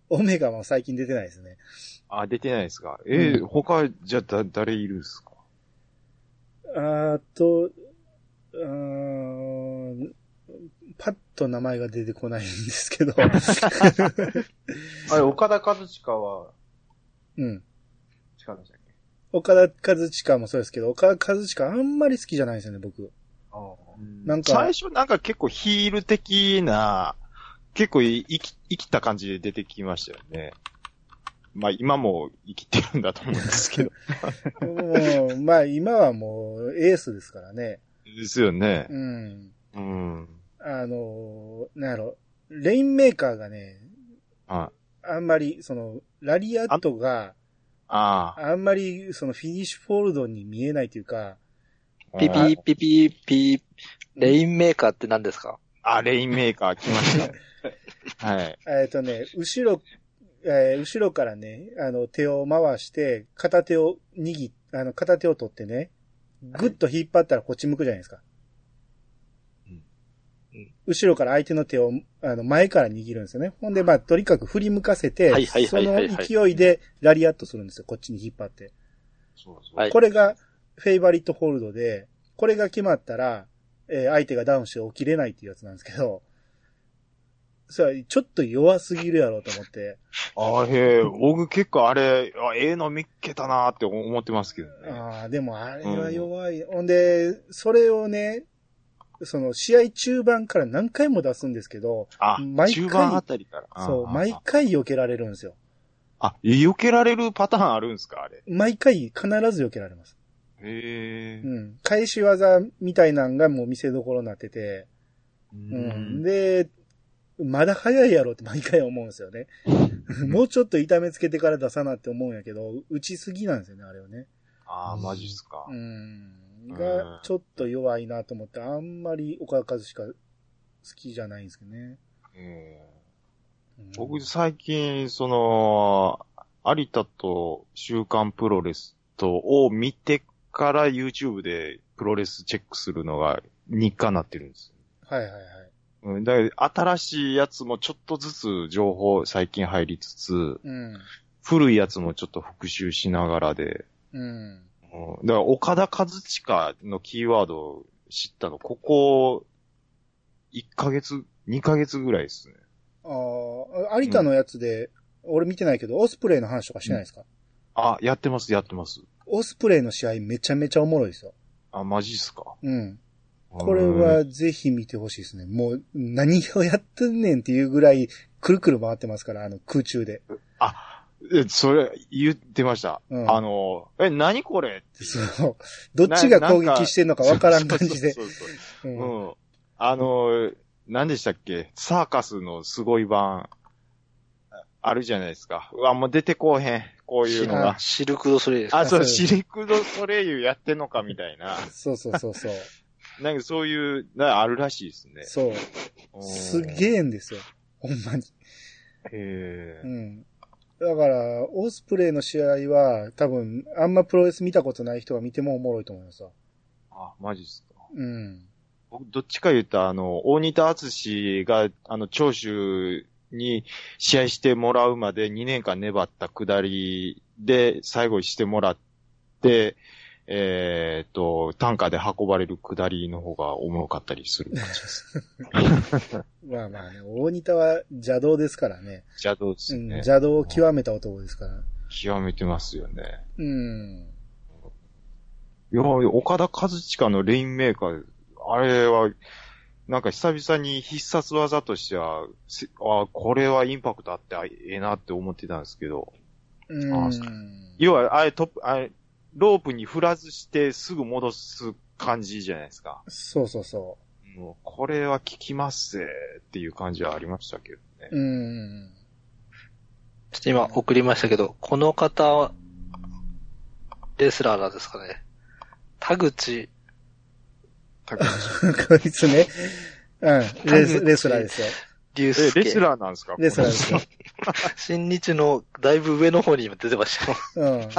Speaker 2: オメガも最近出てないですね。
Speaker 1: あ、出てないですかえー他、じゃあ、だ、誰いるんですか
Speaker 2: あーと、うーん、パッと名前が出てこないんですけど。
Speaker 4: あれ、岡田和親は、
Speaker 2: うん。
Speaker 4: 違うんでしたっけ
Speaker 2: 岡田和親もそうですけど、岡田和親あんまり好きじゃないですよね、僕。
Speaker 4: ああ。
Speaker 2: なんか
Speaker 1: 最初なんか結構ヒール的な、結構い生き、生きた感じで出てきましたよね。まあ今も生きてるんだと思うんです けど。
Speaker 2: もう、まあ今はもうエースですからね。
Speaker 1: ですよね。
Speaker 2: うん。
Speaker 1: うん。
Speaker 2: あのー、なんやろ、レインメーカーがね、
Speaker 1: はい。
Speaker 2: あんまり、その、ラリアットが、
Speaker 1: あ
Speaker 2: あんまり、その、フィニッシュフォールドに見えないというか、
Speaker 1: あ。
Speaker 5: ピピーピピーピー、レインメーカーって何ですか
Speaker 1: あ、レインメーカー来ま した。はい。
Speaker 2: えっ、とね、後ろ、えー後ろからね、あの、手を回して、片手を握っ、あの、片手を取ってね、ぐっと引っ張ったらこっち向くじゃないですか
Speaker 1: うん
Speaker 5: うん。
Speaker 2: 後ろから相手の手を、あの、前から握るんですよね。ほんで、まあ、とにかく振り向かせて
Speaker 5: はい、はい
Speaker 2: そ
Speaker 5: はいは
Speaker 2: の
Speaker 5: いはい
Speaker 2: 勢いでラリアットするんですよ。こっちに引っ張って。
Speaker 1: そうそう。
Speaker 5: はい
Speaker 2: これがフェイバリットホールドで、これが決まったら、えー相手がダウンして起きれないっていうやつなんですけど、それはちょっと弱すぎるやろうと思って、
Speaker 1: あへえ、僕結構あれ、あええの見っけたなーって思ってますけどね。
Speaker 2: ああ、でもあれは弱い。ほんで、それをね、その試合中盤から何回も出すんですけど、
Speaker 1: あ、
Speaker 2: 毎回
Speaker 1: 中盤あたりから。あ
Speaker 2: そう、
Speaker 1: あ
Speaker 2: 毎回避けられるんですよ。
Speaker 1: あ、避けられるパターンあるんですかあれ。
Speaker 2: 毎回必ず避けられます。
Speaker 1: へ
Speaker 2: う
Speaker 1: え。
Speaker 2: ん。返し技みたいなんがもう見せどころになってて、
Speaker 1: う
Speaker 2: うん。。で、まだ早いやろって毎回思うんですよね。もうちょっと痛めつけてから出さなって思うんやけど、打ちすぎなんですよね、あれをね。
Speaker 1: ああ、マジっすか
Speaker 2: う。ん。
Speaker 1: うん
Speaker 2: が、ちょっと弱いなと思って、あんまり岡田和しか好きじゃないんですけどね。
Speaker 1: ええ
Speaker 2: うん
Speaker 1: 僕最近、その、有田と週刊プロレスとを見てから YouTube でプロレスチェックするのが日課になってるんです。
Speaker 2: はいはいはい。
Speaker 1: うん、だから新しいやつもちょっとずつ情報最近入りつつ、
Speaker 2: うん。
Speaker 1: 古いやつもちょっと復習しながらで、
Speaker 2: うん。
Speaker 1: うん、だから岡田和親のキーワードを知ったの、ここ1ヶ月、2ヶ月ぐらいですね。
Speaker 2: あああ、有田のやつで、俺見てないけど、オスプレイの話とかしてないですか、
Speaker 1: あ、やってます、やってます。
Speaker 2: オスプレイの試合めちゃめちゃおもろいですよ。
Speaker 1: あ、マジっすか。
Speaker 2: うん。これはぜひ見てほしいですね。もう何をやってんねんっていうぐらい、くるくる回ってますから、あの空中で。
Speaker 1: うん。え、それ、言ってました。
Speaker 2: うん
Speaker 1: あの、え、何これ
Speaker 2: そう。どっちが攻
Speaker 1: ななんか
Speaker 2: 撃してんのかわからん感じで。
Speaker 1: そうそうそううんうん。あの、何でしたっけサーカスのすごい版、ああるじゃないですか。うわ、もう出てこうへん。こういうのが。
Speaker 5: シルクドソレイユですか
Speaker 1: あ、そう、
Speaker 2: そ
Speaker 1: シ
Speaker 2: う
Speaker 1: ルクドソレイユやってんのかみたいな。
Speaker 2: そうそうそうそう。
Speaker 1: なんかそういう、なあるらしいですね。
Speaker 2: そう。す
Speaker 1: え。
Speaker 2: げえんですよ。ほんまに。
Speaker 1: へ
Speaker 2: う
Speaker 1: ー
Speaker 2: ん。だから、オスプレイの試合は、多分、あんまプロレス見たことない人が見てもおもろいと思いますわ。
Speaker 1: あ、マジっすか。
Speaker 2: うん。
Speaker 1: 僕、どっちか言ったら、あの、大仁田敦が、あの、長州に試合してもらうまで2年間粘ったくだりで、最後にしてもらって、えっ、と、単価で運ばれるくだりの方がおもろかったりする感じです。
Speaker 2: まあまあね、大仁田は邪道ですからね。
Speaker 1: 邪道です
Speaker 2: う
Speaker 1: よ
Speaker 2: ん、
Speaker 1: ね。
Speaker 2: 邪道を極めた男ですから。
Speaker 1: 極めてますよね。
Speaker 2: うん。
Speaker 1: いや、岡田和親のレインメーカー、あれは、なんか久々に必殺技としては、せあこれはインパクトあってあええなって思ってたんですけど、
Speaker 2: うん。
Speaker 1: あそ要は、あれトップ、あれ、ロープに振らずしてすぐ戻す感じじゃないですか。
Speaker 2: そうそうそ
Speaker 1: もうこれは効きますぜっていう感じはありましたけどね。
Speaker 2: う。うん。
Speaker 5: ちょっと今送りましたけど、この方は、レスラーなんですかね。田口、
Speaker 1: 高橋
Speaker 2: こいつね。 うん。レスレスラーですよ。
Speaker 5: 竜
Speaker 1: え、
Speaker 5: 介。
Speaker 1: レスラーなんですか
Speaker 2: レスラーですよ。
Speaker 5: 新日のだいぶ上の方に今出てましたよ。
Speaker 2: うん。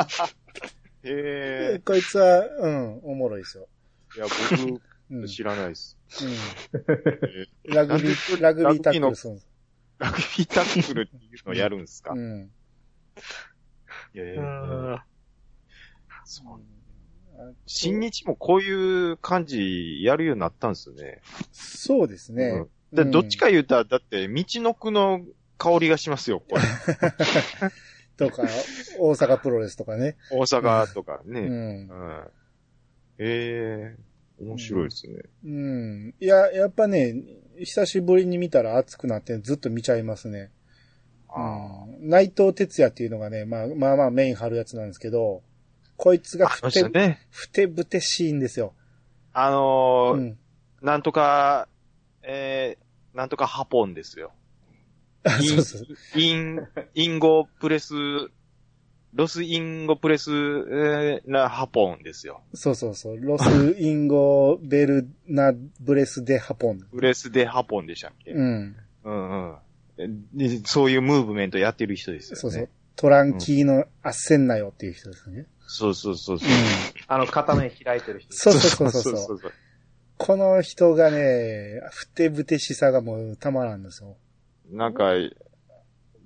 Speaker 1: へ
Speaker 2: こいつは、うん、おもろいですよ。
Speaker 1: え。いや、僕、
Speaker 2: うん。
Speaker 1: 知らないです。
Speaker 2: うん、ラグビー、ラグビータックルするんです。
Speaker 1: ラグビータックルっていうのやるんですか、
Speaker 2: うん。
Speaker 1: いやいやいや
Speaker 5: う
Speaker 1: そう新日もこういう感じやるようになったんですよね。
Speaker 2: そうですね。
Speaker 1: うんで
Speaker 2: うん
Speaker 1: どっちか言うたら、だって、道のくの香りがしますよ、これ。
Speaker 2: とか、大阪プロレスとかね。
Speaker 1: 大阪とか
Speaker 2: う
Speaker 1: ね。
Speaker 2: ん
Speaker 1: う。ん。ええ面白いですね。
Speaker 2: うん。いや、やっぱね、久しぶりに見たら熱くなってずっと見ちゃいますね。
Speaker 1: あ
Speaker 2: うん内藤哲也っていうのがね、まあまあまあメイン張るやつなんですけど、こいつが
Speaker 1: あ。あの
Speaker 2: ふて
Speaker 1: 人、ね、
Speaker 2: ふてぶてしいんですよ。
Speaker 1: あのー
Speaker 2: うん。
Speaker 1: なんとか、えー、なんとかハポンですよ。
Speaker 2: あ
Speaker 1: イ
Speaker 2: そう
Speaker 1: ン
Speaker 2: そう。
Speaker 1: イ ン、インゴプレス、ロスインゴプレス、えー、なハポンですよ。
Speaker 2: そうそうそう。ロス、インゴ、ベルナ、ブレスデ、ハポン。
Speaker 1: プレスでハポンでしたっけ
Speaker 2: うん。
Speaker 1: うんうん。でそういうムーブメントやってる人ですよね。
Speaker 2: そうそう。トランキーのあっせんなよっていう人ですね。
Speaker 1: そうそうそうそう。
Speaker 2: うん。
Speaker 4: あの、片面開いてる 人。
Speaker 2: そうそうそうそうそう。
Speaker 1: う。
Speaker 2: この人がね、ふてぶてしさがもうたまらんですよ。
Speaker 1: なんか、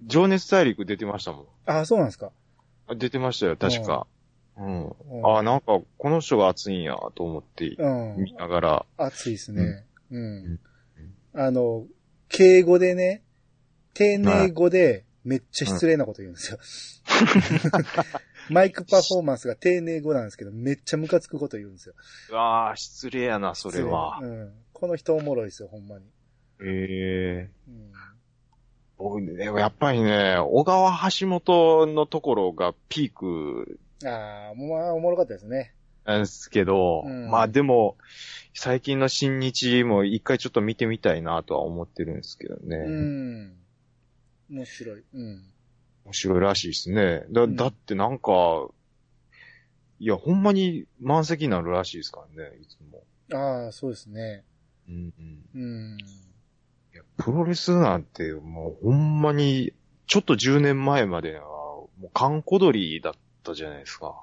Speaker 1: 情熱大陸出てましたもん
Speaker 2: ああ、そうなんですか。
Speaker 1: あ。出てましたよ、確か。うん。
Speaker 2: うん
Speaker 1: ああ、なんか、この人が熱いんや、と思って、
Speaker 2: うん
Speaker 1: 見。ながら。
Speaker 2: 熱いですね。うん
Speaker 1: ん。
Speaker 2: あの、敬語でね、丁寧語でめっちゃ失礼なこと言うん ですよ。マイクパフォーマンスが丁寧語なんですけど、めっちゃムカつくこと言うんですよ。
Speaker 1: うわあ、失礼やな、それは
Speaker 2: 失。礼うん。この人おもろいですよ、ほんまに。
Speaker 1: ええ
Speaker 2: うん。
Speaker 1: 僕ねやっぱりね、小川橋本のところがピーク
Speaker 2: ああ、まあ、おもろかったですね。
Speaker 1: なんですけど、
Speaker 2: うん
Speaker 1: まあでも、最近の新日も一回ちょっと見てみたいなとは思ってるんですけどね。
Speaker 2: うん。面白い。うん。
Speaker 1: 面白いらしいですね。だ、
Speaker 2: うん
Speaker 1: だってなんか、いや、ほんまに満席になるらしいですからね、いつも。
Speaker 2: ああ、そうですね。
Speaker 1: うんうん、
Speaker 2: うん。
Speaker 1: いやプロレスなんて、もうほんまに、ちょっと10年前までは、もう観小鳥だったじゃないですか。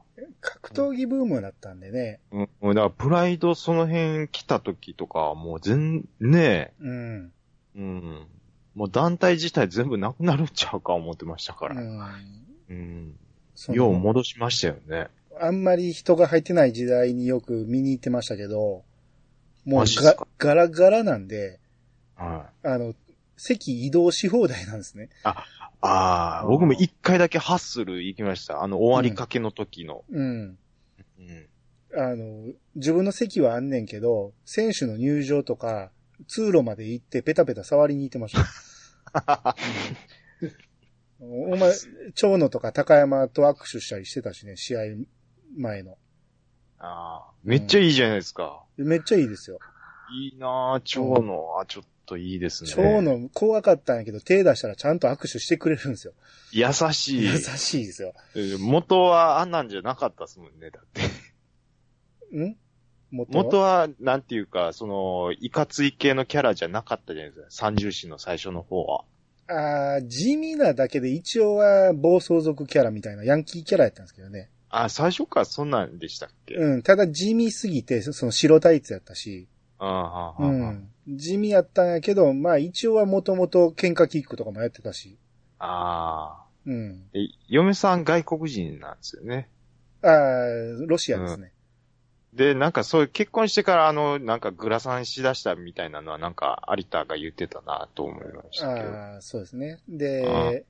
Speaker 2: 格闘技ブームだったんでね。
Speaker 1: うん、もうだからプライドその辺来た時とか、もう全、ね
Speaker 2: う
Speaker 1: え、
Speaker 2: ん。
Speaker 1: うん。もう団体自体全部なくなるんちゃうか思ってましたか
Speaker 2: う
Speaker 1: ら。
Speaker 2: ん。
Speaker 1: うん。
Speaker 2: その
Speaker 1: よう戻しましたよね。
Speaker 2: あんまり人が入ってない時代によく見に行ってましたけど、もう
Speaker 1: マジっす
Speaker 2: が
Speaker 1: か
Speaker 2: ガラガラなんで、
Speaker 1: は
Speaker 2: あの、席移動し放題なんですね。
Speaker 1: ああ、僕も一回だけハッスル行きました。あの、終わりかけの時の。
Speaker 2: う
Speaker 1: うん。
Speaker 2: ん。あの、自分の席はあんねんけど、選手の入場とか、通路まで行ってペタペタ触りに行ってました。お前、長野とか高山と握手したりしてたしね、試合前の。
Speaker 1: ああ、めっちゃいいじゃないですか。
Speaker 2: めっちゃいいですよ。
Speaker 1: いいなぁ、蝶の、あ、ちょっといいですね。
Speaker 2: 蝶。野怖かったんやけど、手出したらちゃんと握手してくれるんですよ。
Speaker 1: 優しい
Speaker 2: 優。しいですよ。
Speaker 1: えー元はあんなんじゃなかったっすもんね、だって。
Speaker 2: ん元は
Speaker 1: 元は、なんていうか、その、いかつい系のキャラじゃなかったじゃないですか。三重士の最初の方は。
Speaker 2: あー地味なだけで一応は暴走族キャラみたいな、ヤンキーキャラやったんですけどね。
Speaker 1: あ、最初からそんなんでしたっけ、うん、
Speaker 2: うん、ただ地味すぎて、そその白タイツやったし、
Speaker 1: あー
Speaker 2: う
Speaker 1: はーはー
Speaker 2: ん、地味やったんやけど、まあ一応はもともと喧嘩キックとかもやってたし、
Speaker 1: あ
Speaker 2: うん。
Speaker 1: ーえ嫁さん外国人なんですよね。
Speaker 2: あーロシアですね。
Speaker 1: で、なんかそういう結婚してからあの、なんかグラサンしだしたみたいなのはなんか有田が言ってたなと思いましたけど。
Speaker 2: あーそうですね。
Speaker 1: あ
Speaker 2: で、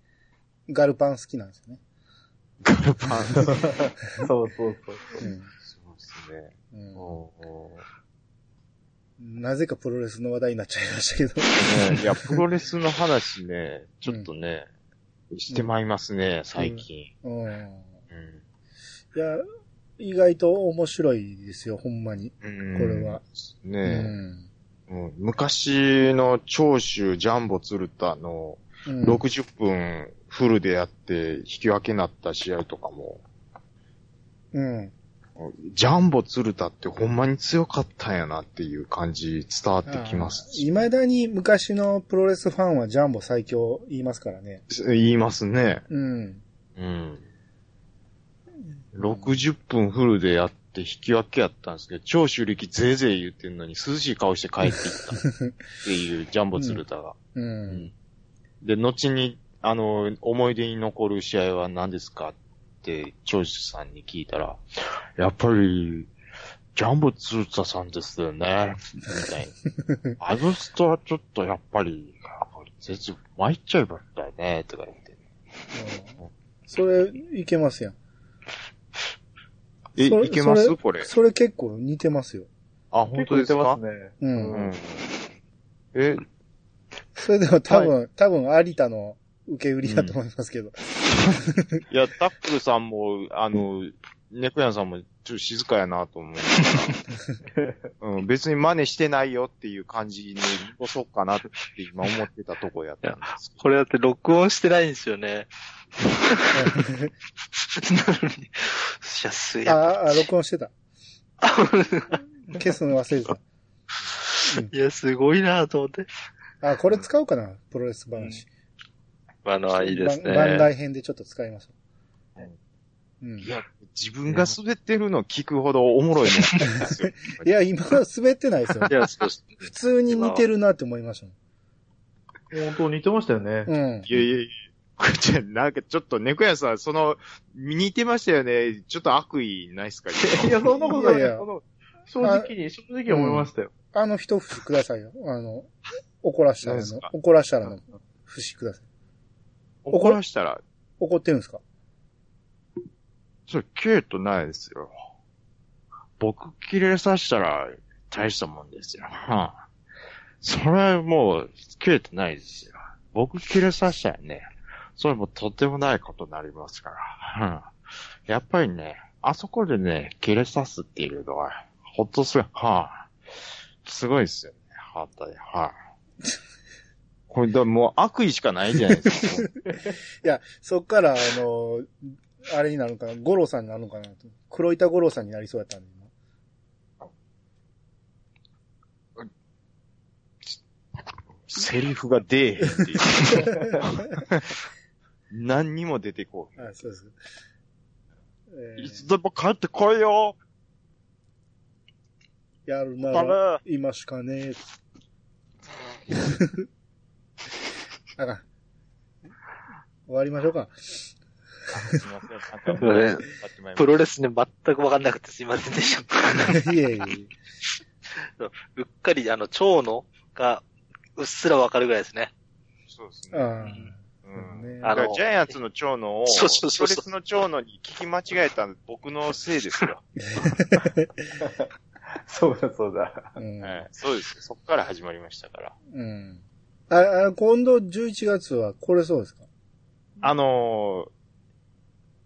Speaker 2: ガルパン好きなんですよね。
Speaker 1: ガルパン。そうで
Speaker 4: そうそうそう。
Speaker 1: すね。
Speaker 2: うんうん
Speaker 1: おーお
Speaker 2: なぜかプロレスの話題になっちゃいましたけど。
Speaker 1: ーねいや、プロレスの話ね、ちょっとね、してまいりますね、最近。
Speaker 2: うん
Speaker 1: うん。
Speaker 2: いや、意外と面白いですよ、ほんまに。
Speaker 1: うん
Speaker 2: これは。う
Speaker 1: ね、
Speaker 2: ん。
Speaker 1: うん昔の長州ジャンボ鶴田の
Speaker 2: うん
Speaker 1: 60分フルでやって引き分けになった試合とかも、
Speaker 2: うん。
Speaker 1: ジャンボ鶴田ってほんまに強かったんやなっていう感じ伝わってきます。
Speaker 2: いまだに昔のプロレスファンはジャンボ最強言いますからね。
Speaker 1: 言いますね。
Speaker 2: うん。
Speaker 1: うん。60分フルでやって引き分けやったんですけど、長州力ぜいぜい言ってんのに涼しい顔して帰っていったっていうジャンボ鶴田が。
Speaker 2: う。
Speaker 1: うんんで、後に、あの、思い出に残る試合は何ですかって、長州さんに聞いたら、やっぱり、ジャンボ鶴田さんですよね、みたいな。あの人はちょっとやっぱり、これ全然参っちゃいましたよね、とか言って。
Speaker 2: それ、いけますやん。
Speaker 1: え、
Speaker 2: それ
Speaker 1: いけま
Speaker 2: そ
Speaker 1: すこれ。
Speaker 2: それ結構似てますよ。
Speaker 1: あ、本当です
Speaker 4: 結
Speaker 1: か
Speaker 4: 構出てますね。
Speaker 2: うん。
Speaker 1: うん。え、
Speaker 2: それでも多分、多分有田の受け売りだと思いますけど。
Speaker 1: いや、タックルさんも、あの、ネクヤンさんも、ちょっと静かやなと思う。 うん、別に真似してないよっていう感じに起そうかなって今思ってたとこやったんですけ
Speaker 5: これだって録音してないんですよね。 なのに、しゃすや。
Speaker 2: ああ、録音してた。消すの忘れてた。
Speaker 5: いや、すごいなと思って。
Speaker 2: あ、これ使おうかな、プロレス話。
Speaker 5: あのはいいです
Speaker 2: 番番
Speaker 5: ね。
Speaker 2: 外編でちょっと使いましょう。うん。
Speaker 1: ど。いや、 自分が滑ってるの聞くほどおも ろいのなんですよ。
Speaker 2: いや、今は滑ってないですよ
Speaker 5: い。や、そうです
Speaker 2: 普通に似てるなって思いましたも
Speaker 4: 本当似てましたよね。
Speaker 2: ん。うん。
Speaker 1: いやいやいや。これじゃ、なんかちょっと、ネクヤンさん、その、似てましたよね。ちょっと悪意ないっ すか
Speaker 4: いや、そんなことない
Speaker 2: い
Speaker 4: で
Speaker 2: やいや
Speaker 4: すその正直に、正直に思いましたよ。
Speaker 2: あの一節くださいよ。あの、怒らしたら
Speaker 1: 何です
Speaker 2: の
Speaker 1: か、
Speaker 2: 怒らしたらの節ください。
Speaker 1: 怒らしたら、
Speaker 2: 怒ってるんですか
Speaker 1: ちょ、キュートないですよ。僕切れさせたら大したもんですよ。はあ、それはもう、キュートないですよ。僕切れさせたらね、それもとてもないことになりますから。はあ、やっぱりね、あそこでね、切れさすっていうのは、ほっとする。はあ、すごいですよね。はあ、はい、これ、だもう悪意しかないじゃないですか。
Speaker 2: いや、そっから、あの、あれになるのかな、五郎さんになるのかなと。黒板五郎さんになりそうやったんで、今
Speaker 1: セリフが出えへんっていう。 何にも出てこ
Speaker 2: あ、そうです。え
Speaker 1: う。いつ
Speaker 2: ー
Speaker 1: でも帰ってこいよ
Speaker 2: やるな
Speaker 1: バ
Speaker 2: ら、
Speaker 1: ラ
Speaker 2: 今しかねえ。あかん。終わりましょうか。
Speaker 1: すいません。なんか
Speaker 5: ごめん
Speaker 1: まいりました
Speaker 5: プロレスね、全くわかんなくてすいませんでした。
Speaker 2: いえいえ。
Speaker 5: うっかり、あの、蝶野が、うっすらわかるぐらいですね。
Speaker 1: そうですね。
Speaker 2: あ
Speaker 5: うん
Speaker 1: う
Speaker 4: うん
Speaker 1: ん。
Speaker 2: ね
Speaker 1: だか
Speaker 5: あ
Speaker 1: ら
Speaker 5: の
Speaker 1: ジャイアンツの長野を、
Speaker 5: そうそうそうそう
Speaker 1: 強烈の長野に聞き間違えた僕のせいですよ。
Speaker 4: そうだ、そうだ。
Speaker 2: あ。うん。
Speaker 1: はい そうですよ。そこから始まりましたから。
Speaker 2: うん。あ、あ今度11月は来れそうですか
Speaker 1: あのー、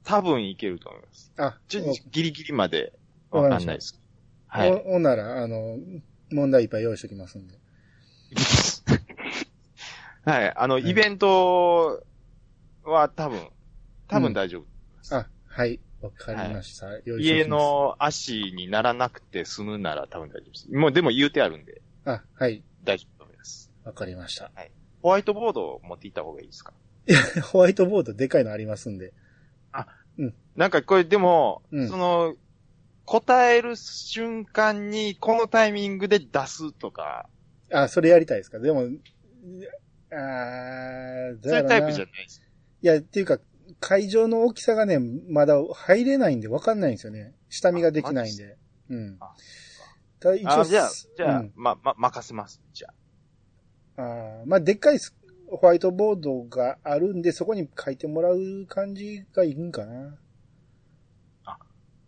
Speaker 1: 多分いけると思います。
Speaker 2: あ、
Speaker 1: ちょギリギリまで
Speaker 2: わ
Speaker 1: わか
Speaker 2: かりま
Speaker 1: ん
Speaker 2: した
Speaker 1: ないです。はい。
Speaker 2: お、おなら、あの、問題いっぱい用意しておきますんで。
Speaker 1: はい。あの、
Speaker 2: い
Speaker 1: イベントは多分、多分大丈夫。
Speaker 2: あ、はい。わかりました。用意してお
Speaker 1: 家
Speaker 2: きます。
Speaker 1: の足にならなくて済むなら多分大丈夫です。もうでも言うてあるんで
Speaker 2: あ、はい。
Speaker 1: 大丈夫です。
Speaker 2: わかりました。
Speaker 1: ホワイトボードを持っていった方がいいですか
Speaker 2: ホワイトボードでかいのありますんで。
Speaker 1: なんかこれでも、
Speaker 2: うん
Speaker 1: その、答える瞬間にこのタイミングで出すとか、
Speaker 2: あ、それやりたいですかでも、あー、ど
Speaker 1: そういうタイプ
Speaker 2: い
Speaker 1: じゃないです。
Speaker 2: いや、っていうか、会場の大きさがね、まだ入れないんで分かんないんですよね。下見ができないんで。うん
Speaker 1: あ。
Speaker 2: ただ一
Speaker 1: あ、じゃあ、じゃあ、
Speaker 2: うん
Speaker 1: ま、ま、任せます。じゃあ。
Speaker 2: あーまあ、でっかいスホワイトボードがあるんで、そこに書いてもらう感じがいいんかな。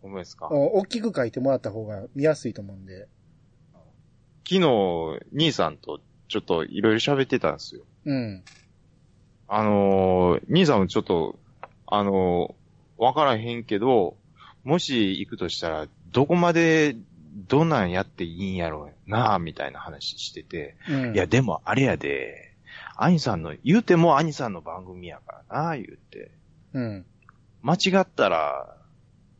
Speaker 1: 思いですか
Speaker 2: うん大きく書いてもらった方が見やすいと思うんで。
Speaker 1: 昨日、兄さんとちょっといろいろ喋ってたんですよ。
Speaker 2: うん。
Speaker 1: あのー兄さんもちょっと、あのーわからへんけど、もし行くとしたら、どこまで、どんなんやっていいんやろうなあみたいな話してて。
Speaker 2: うん。
Speaker 1: いや、でもあれやで、兄さんの、言うても兄さんの番組やからなあ言うて。
Speaker 2: うん。
Speaker 1: 間違ったら、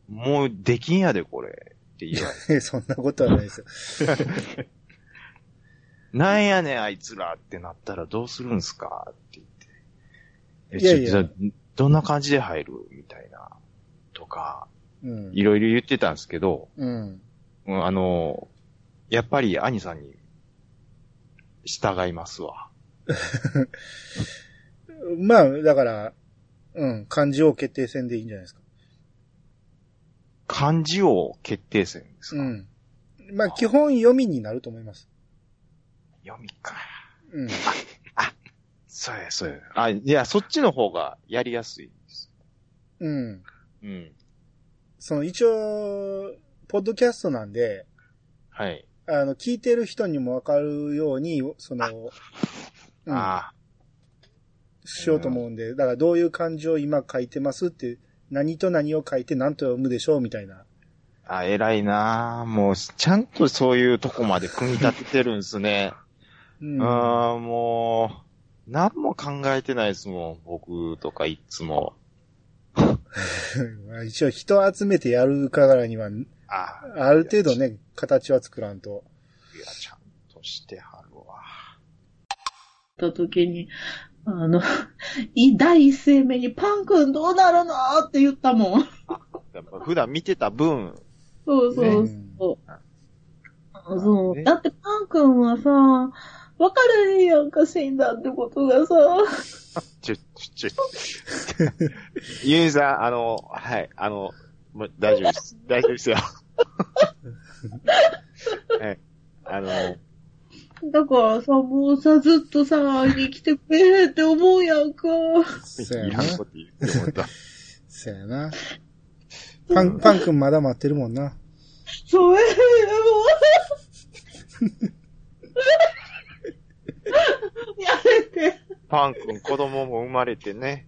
Speaker 1: もうできんやで、これ。って言 われて。
Speaker 2: そんなことはないですよ。
Speaker 1: なんやねん、あいつらってなったらどうするんすかって言って。え
Speaker 2: いやいや
Speaker 1: ちょっとどんな感じで入るみたいな。とか、
Speaker 2: うん。
Speaker 1: いろいろ言ってたんですけど、
Speaker 2: うん。
Speaker 1: うんあの、やっぱり兄さんに従いますわ。
Speaker 2: まあ、だから、うん、漢字王決定戦でいいんじゃないですか。
Speaker 1: 漢字を決定戦ですか、
Speaker 2: うん。まあ、基本読みになると思います。
Speaker 1: 読みか。
Speaker 2: うん。
Speaker 1: そうや、そうや。あ、いや、そっちの方がやりやすいです。
Speaker 2: うん。
Speaker 1: うん。
Speaker 2: その、一応、ポッドキャストなんで、
Speaker 1: はい。
Speaker 2: あの、聞いてる人にもわかるように、その、うん、
Speaker 1: ああ、
Speaker 2: しようと思うんで、だからどういう漢字を今書いてますって、何と何を書いて何と読むでしょうみたいな。
Speaker 1: あ、偉いなあもう、ちゃんとそういうとこまで組み立ててるんですね。
Speaker 2: うん。
Speaker 1: ああ、もう、何も考えてないですもん、僕とかいっつも。
Speaker 2: まあ 一応人を集めてやるからには、
Speaker 1: ああ、
Speaker 2: ある程度ね、形は作らんと。
Speaker 1: いや、ちゃんとしてはるわ。
Speaker 6: った時に、あの、 い第一声目にパン君どうなるのって言ったもん。
Speaker 1: やっぱ普段見てた分、
Speaker 6: そうそううんそう。
Speaker 1: ん
Speaker 6: そう、
Speaker 1: ね
Speaker 6: だってパン君はさ、わからへんやんか死んだってことがさ、
Speaker 1: ちょ、ちょ、ちょ。ゆうさん、あの、はい、あの、もう大丈夫です。大丈夫ですよ。 はい。あの、
Speaker 6: だからさ、もうさ、ずっとさ、会いに来てくれへんって思うやんか。
Speaker 2: そう
Speaker 1: い
Speaker 2: や
Speaker 1: ら
Speaker 2: な。
Speaker 1: んこと言ってもらった。
Speaker 2: そうやな。パン、パン君まだ待ってるもんな。
Speaker 6: そうやねもう。やめて。
Speaker 1: パン君、子供も生まれてね、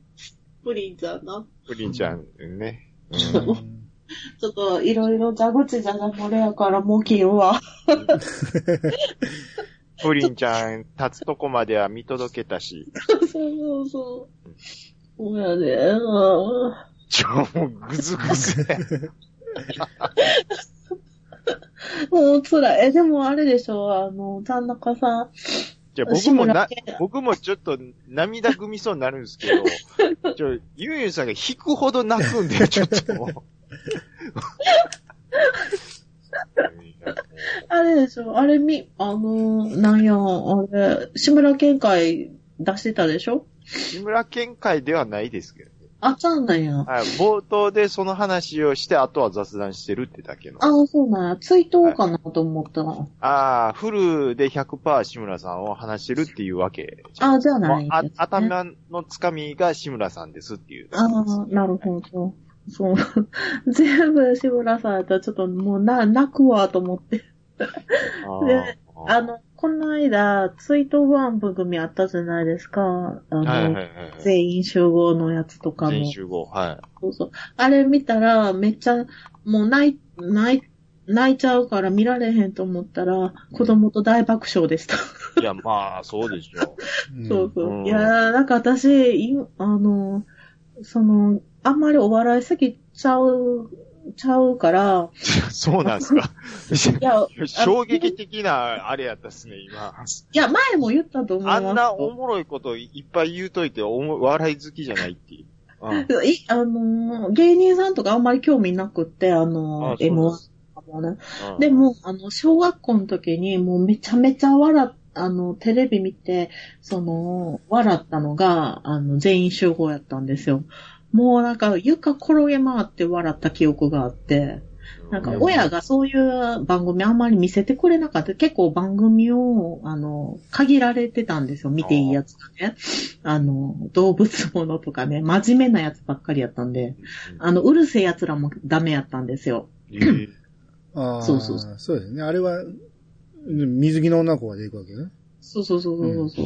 Speaker 6: プリンちゃんな。
Speaker 1: プリンちゃんね。う
Speaker 2: うんん
Speaker 6: ちょっと、いろいろ蛇口じゃが漏れやから、もう切る わ。
Speaker 1: プリンちゃん、立つとこまでは見届けたし。
Speaker 6: そうそうそう。そうやね。うん
Speaker 1: ちょ、もうぐずぐずや。
Speaker 6: もう辛い。え、でもあれでしょあの、田中さん。
Speaker 1: じゃあ僕もな
Speaker 6: 志村けん、
Speaker 1: 僕もちょっと涙ぐみそうになるんですけ ど、ちょ、ゆうゆうさんが引くほど泣くんで、ちょっともう。
Speaker 6: あれでしょあれみ、あの、なんや、あれ、志村けん会出してたでしょ
Speaker 1: 志村県会ではないですけどね。
Speaker 3: あったんだよ。
Speaker 1: はい。冒頭でその話をして、あとは雑談してるってだけの。
Speaker 3: ああ、そうなんや。追悼かなと思ったの。
Speaker 1: ああ、フルで100%志村さんを話してるっていうわけじゃん。
Speaker 3: ああ、じゃあないん
Speaker 1: もうあ
Speaker 3: ですね
Speaker 1: 頭のつかみが志村さんですっていう。
Speaker 3: ああ、なるほど。そう。全部志村さんやったらちょっともうな、泣くわと思って。
Speaker 1: あー
Speaker 3: で
Speaker 1: あ
Speaker 3: あの、この間、追悼番組あったじゃないですか。あの、
Speaker 1: ーはいはいはいはい。
Speaker 3: 全員集合のやつとかも
Speaker 1: 全。集合。は
Speaker 3: そうそう。あれ見たら、めっちゃ、もう泣い、泣い、泣いちゃうから見られへんと思ったら、子供と大爆笑でした。
Speaker 1: い。いや、まあ、そうでしょ
Speaker 3: そうそう。
Speaker 1: うん
Speaker 3: いやー、なんか私、いあの、その、あんまりお笑い好きちゃう、ちゃうから、
Speaker 1: う。 そうなんですか。
Speaker 3: いや、
Speaker 1: 衝撃的な、あれやったっすね、今。
Speaker 3: いや、前も言ったと思います。
Speaker 1: あんなおもろいこといっぱい言うといて、おも笑い好きじゃないっていう。うん
Speaker 3: いあのー芸人さんとかあんまり興味なくって、あの
Speaker 1: あそう
Speaker 3: ー、M1
Speaker 1: です
Speaker 3: とかもね。
Speaker 1: うん
Speaker 3: でも、あの、小学校の時に、もうめちゃめちゃ笑っあの、テレビ見て、その、笑ったのが、あの、全員集合やったんですよ。もうなんか、床転げ回って笑った記憶があって、なんか、親がそういう番組あんまり見せてくれなかった。結構番組を、あの、限られてたんですよ。見ていいやつがね。あの、動物ものとかね、真面目なやつばっかりやったんで、あの、うるせえやつらもダメやったんですよ。
Speaker 1: えー
Speaker 2: ああ、
Speaker 3: そうそうそ
Speaker 2: そうですね。あれは、うん水着の女の子が出てくわけね。
Speaker 3: そうそうそうそうそう。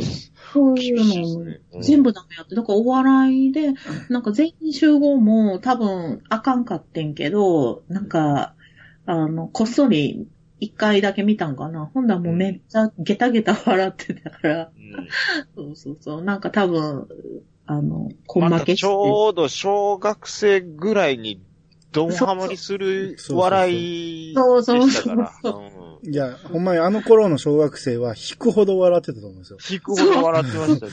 Speaker 3: そういうのも、
Speaker 1: うん
Speaker 3: 全部ダメやって。だからお笑いで、なんか全員集合も多分あかんかってんけど、なんか、あの、こっそり一回だけ見たんかな。ほんだらもうめっちゃゲタゲタ笑ってたから、
Speaker 1: うん
Speaker 3: そうそうそう。なんか多分、あの、こん
Speaker 1: ま
Speaker 3: 負
Speaker 1: た
Speaker 3: けし
Speaker 1: ち
Speaker 3: て。
Speaker 1: ょうど小学生ぐらいにドンハマりする
Speaker 2: そうそう
Speaker 1: 笑いで
Speaker 3: そうそう
Speaker 1: した
Speaker 3: そ
Speaker 1: か
Speaker 3: う
Speaker 1: ら。
Speaker 3: そう
Speaker 1: うん
Speaker 2: いや、ほんまにあの頃の小学生は引くほど笑ってたと思うんですよ。
Speaker 1: 引くほど笑ってましたね。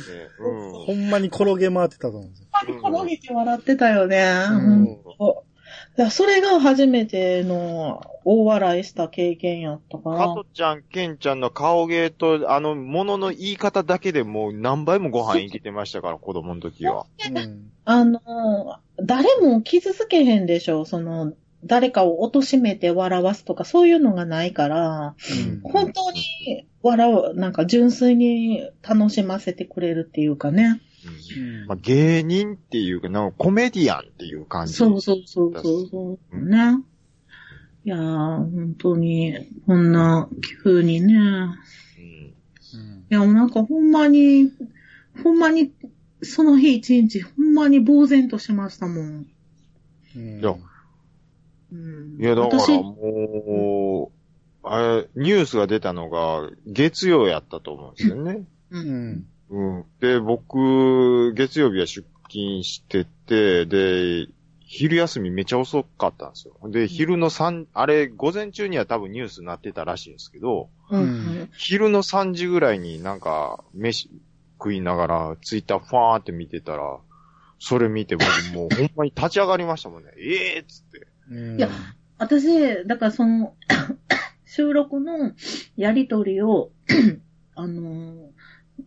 Speaker 2: ほんまに転げ回ってたと思うんですよ。
Speaker 3: ほんまに転げて笑ってたよね。
Speaker 1: う
Speaker 2: うん
Speaker 1: ん。
Speaker 3: だからそれが初めての大笑いした経験やったから。
Speaker 1: 加トちゃん、ケンちゃんの顔芸と、あの、ものの言い方だけでもう何倍もご飯いけてましたから、子供の時は。
Speaker 2: うん。
Speaker 3: あの、誰も傷つけへんでしょ。その、誰かを貶めて笑わすとか、そういうのがないから、
Speaker 2: うん
Speaker 3: 本当に笑う、なんか純粋に楽しませてくれるっていうかね。
Speaker 1: うんまあ、芸人っていうか、なんかコメディアンっていう感じ。
Speaker 3: そうそうそうそうそう。ね。いやー、本当に、こんな、急にね。
Speaker 1: うん
Speaker 2: うん
Speaker 3: いや、なんかほんまに、ほんまに、その日一日、ほんまに呆然としましたもん。
Speaker 2: うん
Speaker 1: いや
Speaker 3: うん、
Speaker 1: いや、だから
Speaker 3: 私
Speaker 1: もう、あれ、ニュースが出たのが、月曜やったと思うんですよね。
Speaker 2: うん。
Speaker 1: うん。で、僕、月曜日は出勤してて、で、昼休みめちゃ遅かったんですよ。で、昼の3、あれ、午前中には多分ニュースになってたらしいんですけど、
Speaker 3: うん
Speaker 2: うん
Speaker 1: 昼の3時ぐらいになんか、飯食いながら、ツイッターファーって見てたら、それ見て僕もうほんまに立ち上がりましたもんね。 ええっつって。
Speaker 2: うん
Speaker 3: いや私、だからその、 収録のやりとりを、 あの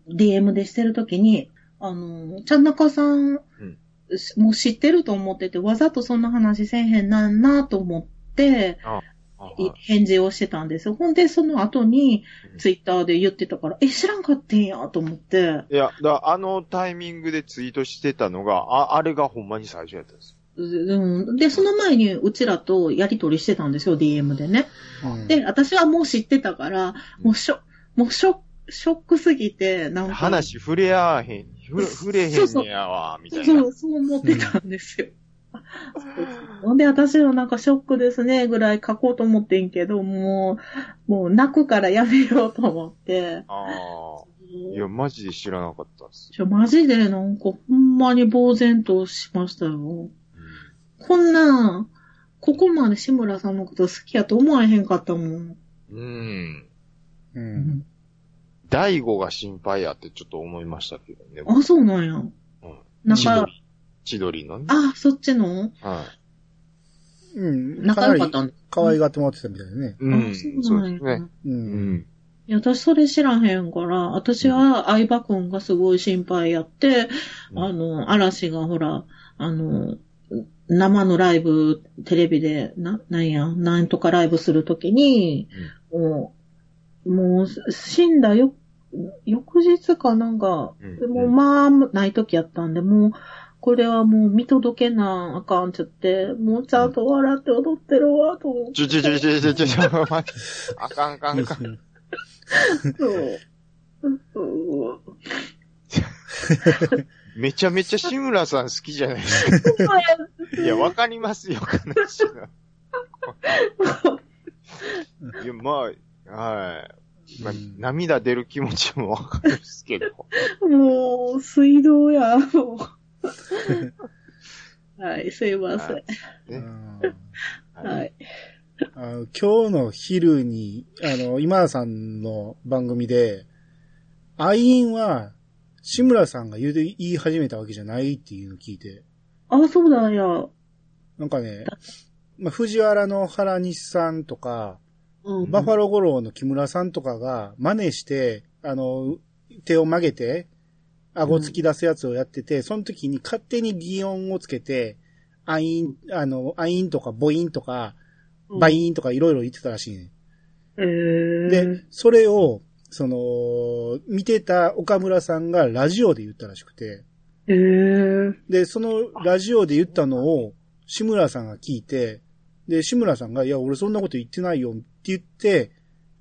Speaker 3: ー、DM でしてるときに、あのー、ちゃんなかさん、しもう知ってると思ってて、わざとそんな話せえへんなんなと思って、い返事をしてたんですよ。ほんで、その後に
Speaker 1: う、ん
Speaker 3: ツイッターで言ってたから、え、知らんかってんや、と思って、
Speaker 1: いや、だあのタイミングでツイートしてたのが、あ、あれがほんまに最初やったんです
Speaker 3: ううん。で、その前に、うちらとやりとりしてたんですよ、DM でね。
Speaker 2: うん
Speaker 3: で、私はもう知ってたから、もうショ、もうショ、ショックすぎて、なん
Speaker 1: よ。
Speaker 3: か。
Speaker 1: 話触れやへん、ふ触れへん
Speaker 3: そうそう
Speaker 1: ねやわ、みたいな。
Speaker 3: そう、そう思ってたんですよ。 ほんで、私はなんかショックですね、ぐらい書こうと思ってんけど、もう、もう泣くからやめようと思って。
Speaker 1: ああ。いや、マジで知らなかったです。
Speaker 3: ちょ、マジでなんか、ほんまに呆然としましたよ。こんなん、ここまで志村さんのこと好きやと思わへんかったもん。
Speaker 1: うん。うん
Speaker 2: うん。
Speaker 1: 大悟が心配やってちょっと思いましたけどね。
Speaker 3: あ、そうなんや。なん
Speaker 1: 千鳥
Speaker 3: か、
Speaker 1: 千鳥のね。
Speaker 3: あ、そっちの
Speaker 1: は
Speaker 2: うん。
Speaker 3: 仲良
Speaker 2: か
Speaker 3: かっ
Speaker 2: なり
Speaker 3: たんだ。
Speaker 2: 可愛がってもらってたみたいだね。
Speaker 1: い。
Speaker 3: あ、そうなんや。。
Speaker 2: う。
Speaker 1: うんん。
Speaker 3: いや、私それ知らへんから、私は相葉くんがすごい心配やって、
Speaker 1: うん
Speaker 3: あの、嵐がほら、あの、生のライブ、テレビで、な、なんや、なんとかライブするときに、もう、もう、死んだよ、翌日かなんか、
Speaker 1: うん
Speaker 3: でもまあ、ないときやったんで、もう、これはもう見届けなあかんっちゃって、もうちゃんと笑って踊ってるわ、と思って。
Speaker 1: ちょちょちょちょちょちょちょ、待ってあかんあかんあかん。
Speaker 3: そううん
Speaker 1: めちゃめちゃ志村さん好きじゃないですか。いや、わかりますよ、悲しい な。いや、まあ、はい。まあ、涙出る気持ちもわかるんですけど。
Speaker 3: もう、水道 や、もう。はい、すいません。
Speaker 1: ね
Speaker 2: うん
Speaker 3: はい。
Speaker 2: あの今日の昼に、あの、今田さんの番組で、アインは、志村さんが言うて言い始めたわけじゃないっていうのを聞いて、
Speaker 3: あ、そうだよ。
Speaker 2: なんかね、まあ、藤原の原西さんとか、
Speaker 3: うん。
Speaker 2: バファロー五郎の木村さんとかが真似して、あの、手を曲げて、顎突き出すやつをやってて、その時に勝手に擬音をつけて、アイン、あの、アインとかボインとか、バインとかいろいろ言ってたらしいね。
Speaker 3: えー、
Speaker 2: で、それを、その、見てた岡村さんがラジオで言ったらしくて、
Speaker 3: えー、
Speaker 2: で、そのラジオで言ったのを、志村さんが聞いて、で、志村さんが、いや、俺そんなこと言ってないよって言って、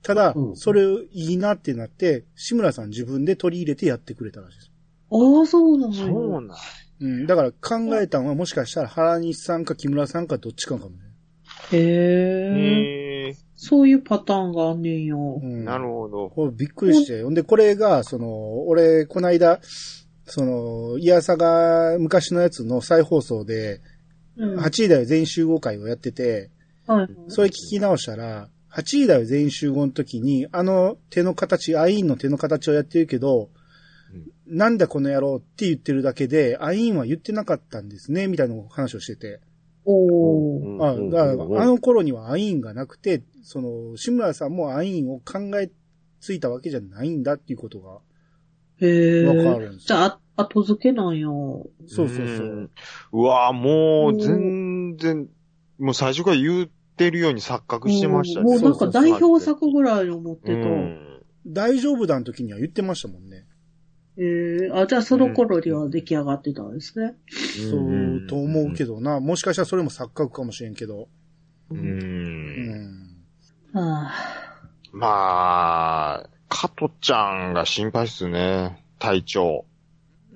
Speaker 2: ただ
Speaker 4: う、ん
Speaker 2: それいいなってなって、志村さん自分で取り入れてやってくれたらしいです。
Speaker 3: ああ、そうなのよ。
Speaker 1: そうなん。
Speaker 2: うん。だから考えたのはもしかしたら原西さんか木村さんかどっちかかもね。
Speaker 3: へえ。
Speaker 1: へえ
Speaker 3: そういうパターンがあんねんよ
Speaker 2: う。
Speaker 1: ー、
Speaker 2: ん。
Speaker 1: なるほど。
Speaker 2: こうびっくりして。ほんで、これが、その、俺、こないだ、その、イヤサが昔のやつの再放送で、
Speaker 3: うん。
Speaker 2: 8時台全集合会をやってて、
Speaker 3: はい。
Speaker 2: それ聞き直したら、8時台全集合の時に、あの手の形、アイーンの手の形をやってるけど、なんだこの野郎って言ってるだけで、アイーンは言ってなかったんですね、みたいな話をしてて。
Speaker 3: おー。
Speaker 2: あだからあ
Speaker 1: の、
Speaker 2: の頃にはアイーンがなくて、その、志村さんもアイーンを考えついたわけじゃないんだっていうことが、
Speaker 3: へえ。
Speaker 2: わかるんです
Speaker 3: じ
Speaker 2: よ。
Speaker 3: ゃあ、あ後付けなんよ。
Speaker 2: そうそうそう。
Speaker 1: ん。うわぁ、もう、全然、もう最初から言ってるように錯覚してましたね。
Speaker 3: もうなんか代表
Speaker 1: そう
Speaker 3: 作ぐらいを持ってた。
Speaker 1: そうそううん
Speaker 2: 大丈夫だの時には言ってましたもんね。
Speaker 3: ええあ、じゃあその頃には出来上がってたんですね。
Speaker 2: そう、と思うけどな。もしかしたらそれも錯覚かもしれんけど。
Speaker 1: う。
Speaker 2: うんん。
Speaker 3: は
Speaker 1: まあ、加トちゃんが心配っすね。体調。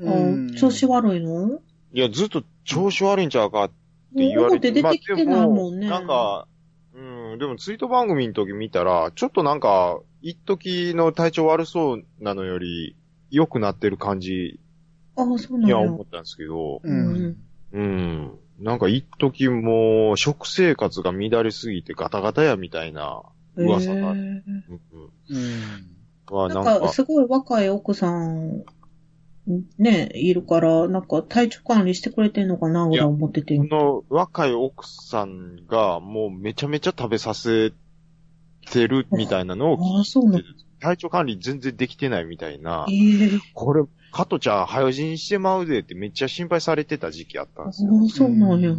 Speaker 3: あ、あ調子悪いの
Speaker 1: いや、ずっと調子悪いんちゃうかって言わ
Speaker 3: も
Speaker 1: れ
Speaker 3: う
Speaker 1: て。
Speaker 3: 表出てきて
Speaker 1: まあ
Speaker 3: ない
Speaker 1: で
Speaker 3: もんね。
Speaker 1: なんか、うん、でもツイート番組の時見たら、ちょっとなんか、一時の体調悪そうなのより、良くなってる感じ
Speaker 3: ああ、そうな
Speaker 1: には
Speaker 3: の
Speaker 1: 思
Speaker 3: よ。
Speaker 1: ったんですけど、
Speaker 2: う
Speaker 3: うんん。
Speaker 1: うん。なんか一時もう、食生活が乱れすぎてガタガタやみたいな噂がある。
Speaker 3: ええ
Speaker 1: うんうん
Speaker 2: うん。
Speaker 1: は
Speaker 3: な
Speaker 1: なんん
Speaker 3: か、
Speaker 1: か、
Speaker 3: すごい若い奥さん、ね、いるから、なんか体調管理してくれてんのかな、俺は思ってて
Speaker 1: こ。の若い奥さんがもうめちゃめちゃ食べさせてるみたいなのを、
Speaker 3: ああ、そうなの。
Speaker 1: 体調管理全然できてないみたいな
Speaker 3: え、え
Speaker 1: これ、加トちゃん早死にしてまうでってめっちゃ心配されてた時期あったん
Speaker 3: ああ、
Speaker 1: ですよ。
Speaker 3: そうなんや。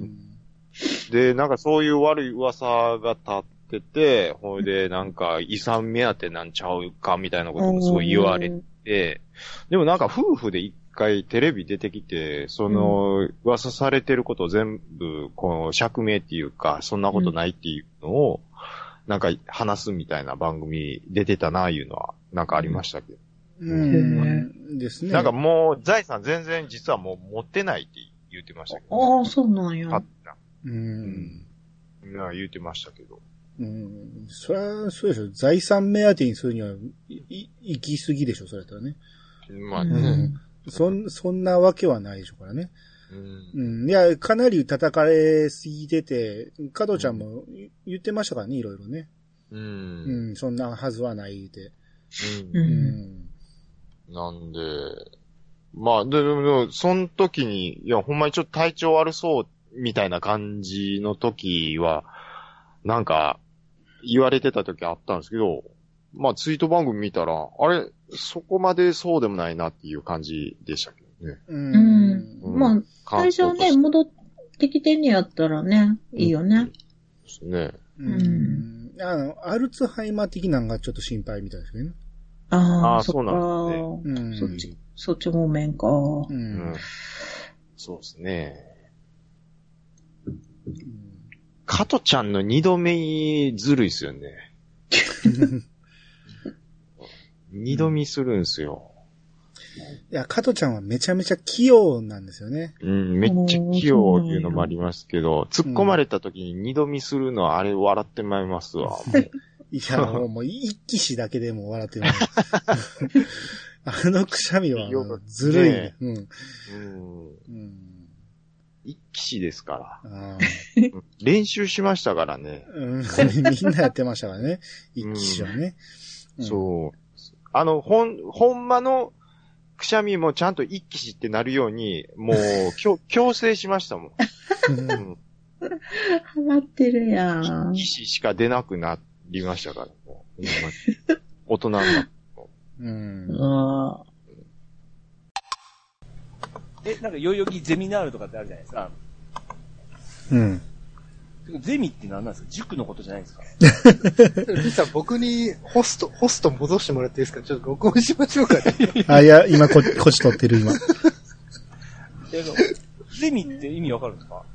Speaker 1: で、なんかそういう悪い噂が立ってて、ほいでなんか遺産目当てなんちゃうかみたいなこともすごい言われてで、でもなんか夫婦で一回テレビ出てきて、その、噂されてることを全部、この釈明っていうか、そんなことないっていうのを、なんか話すみたいな番組出てたな、いうのは、なんかありましたけど。
Speaker 2: うん。ですね。
Speaker 1: なんかもう、財産全然実はもう持ってないって言ってましたけど、
Speaker 3: ああ、そうなんや。
Speaker 1: あっ
Speaker 2: うん。
Speaker 1: たな言ってましたけど。
Speaker 2: うん。そりゃ、そうでしょ。財産目当てにするには、いい、行き過ぎでしょ、それやったらね。
Speaker 1: まあ
Speaker 3: う
Speaker 1: ね。
Speaker 2: ん。そん、そんなわけはないでしょうからね。
Speaker 1: うん
Speaker 2: うん。いや、かなり叩かれすぎてて、加藤ちゃんも言言ってましたからね、いろいろね。
Speaker 1: う。
Speaker 2: うんん、そんなはずはないって。
Speaker 1: うん
Speaker 3: う。
Speaker 2: うんん。
Speaker 1: なんで、まあ、ででも、でもその時に、いや、ほんまにちょっと体調悪そう、みたいな感じの時は、なんか、言われてた時あったんですけど、まあ、ツイート番組見たら、あれ、そこまでそうでもないなっていう感じでしたけどね。ね。
Speaker 2: う。
Speaker 6: うんん。まあ、最初ね、戻ってきてんねやったらね、いいよね。
Speaker 1: ですね。
Speaker 2: うん。あの、アルツハイマー的なんがちょっと心配みたいですけどね。
Speaker 6: あ
Speaker 1: あ
Speaker 6: あ、
Speaker 1: ー
Speaker 6: そっ
Speaker 1: そ
Speaker 6: か。
Speaker 2: うん。
Speaker 6: そっち、そっち方面か。
Speaker 2: う
Speaker 1: うんん。。そうですね。
Speaker 2: うん
Speaker 1: 加トちゃんの二度目ずるいっすよね。二度見するんすよ。
Speaker 2: いや、加トちゃんはめちゃめちゃ器用なんですよね。
Speaker 1: うん、めっちゃ器用いうのもありますけど、突っ込まれた時に二度見するのはあれ笑ってまいりますわ。
Speaker 2: いや、も う、もう一騎士だけでも笑ってる。あのくしゃみはずるいね。うん
Speaker 1: うん。
Speaker 2: うん。
Speaker 1: 一騎士ですから。
Speaker 2: あ
Speaker 1: 練習しましたからね。
Speaker 2: ーうん、みんなやってましたからね。一騎士はね。うん
Speaker 1: そう。あの、ほん、ほんまのくしゃみもちゃんと一騎士ってなるように、もう、強強制しましたもん。
Speaker 2: うん
Speaker 1: うん
Speaker 6: ハマってるやん
Speaker 1: 一騎。士しか出なくなりましたから、もうほんまに大人にな って
Speaker 2: うん。
Speaker 6: あ
Speaker 7: え、なんか代々木ゼミナールとかってあるじゃないですか。
Speaker 2: うん。
Speaker 7: ゼミって何なんですか塾のことじゃないですか
Speaker 8: リさん、僕にホスト、ホスト戻してもらっていいですかちょっと録音しま しょうかね。
Speaker 2: あ、いや、今こ、こっち撮ってる今。
Speaker 7: え そうゼミって意味わかるんですか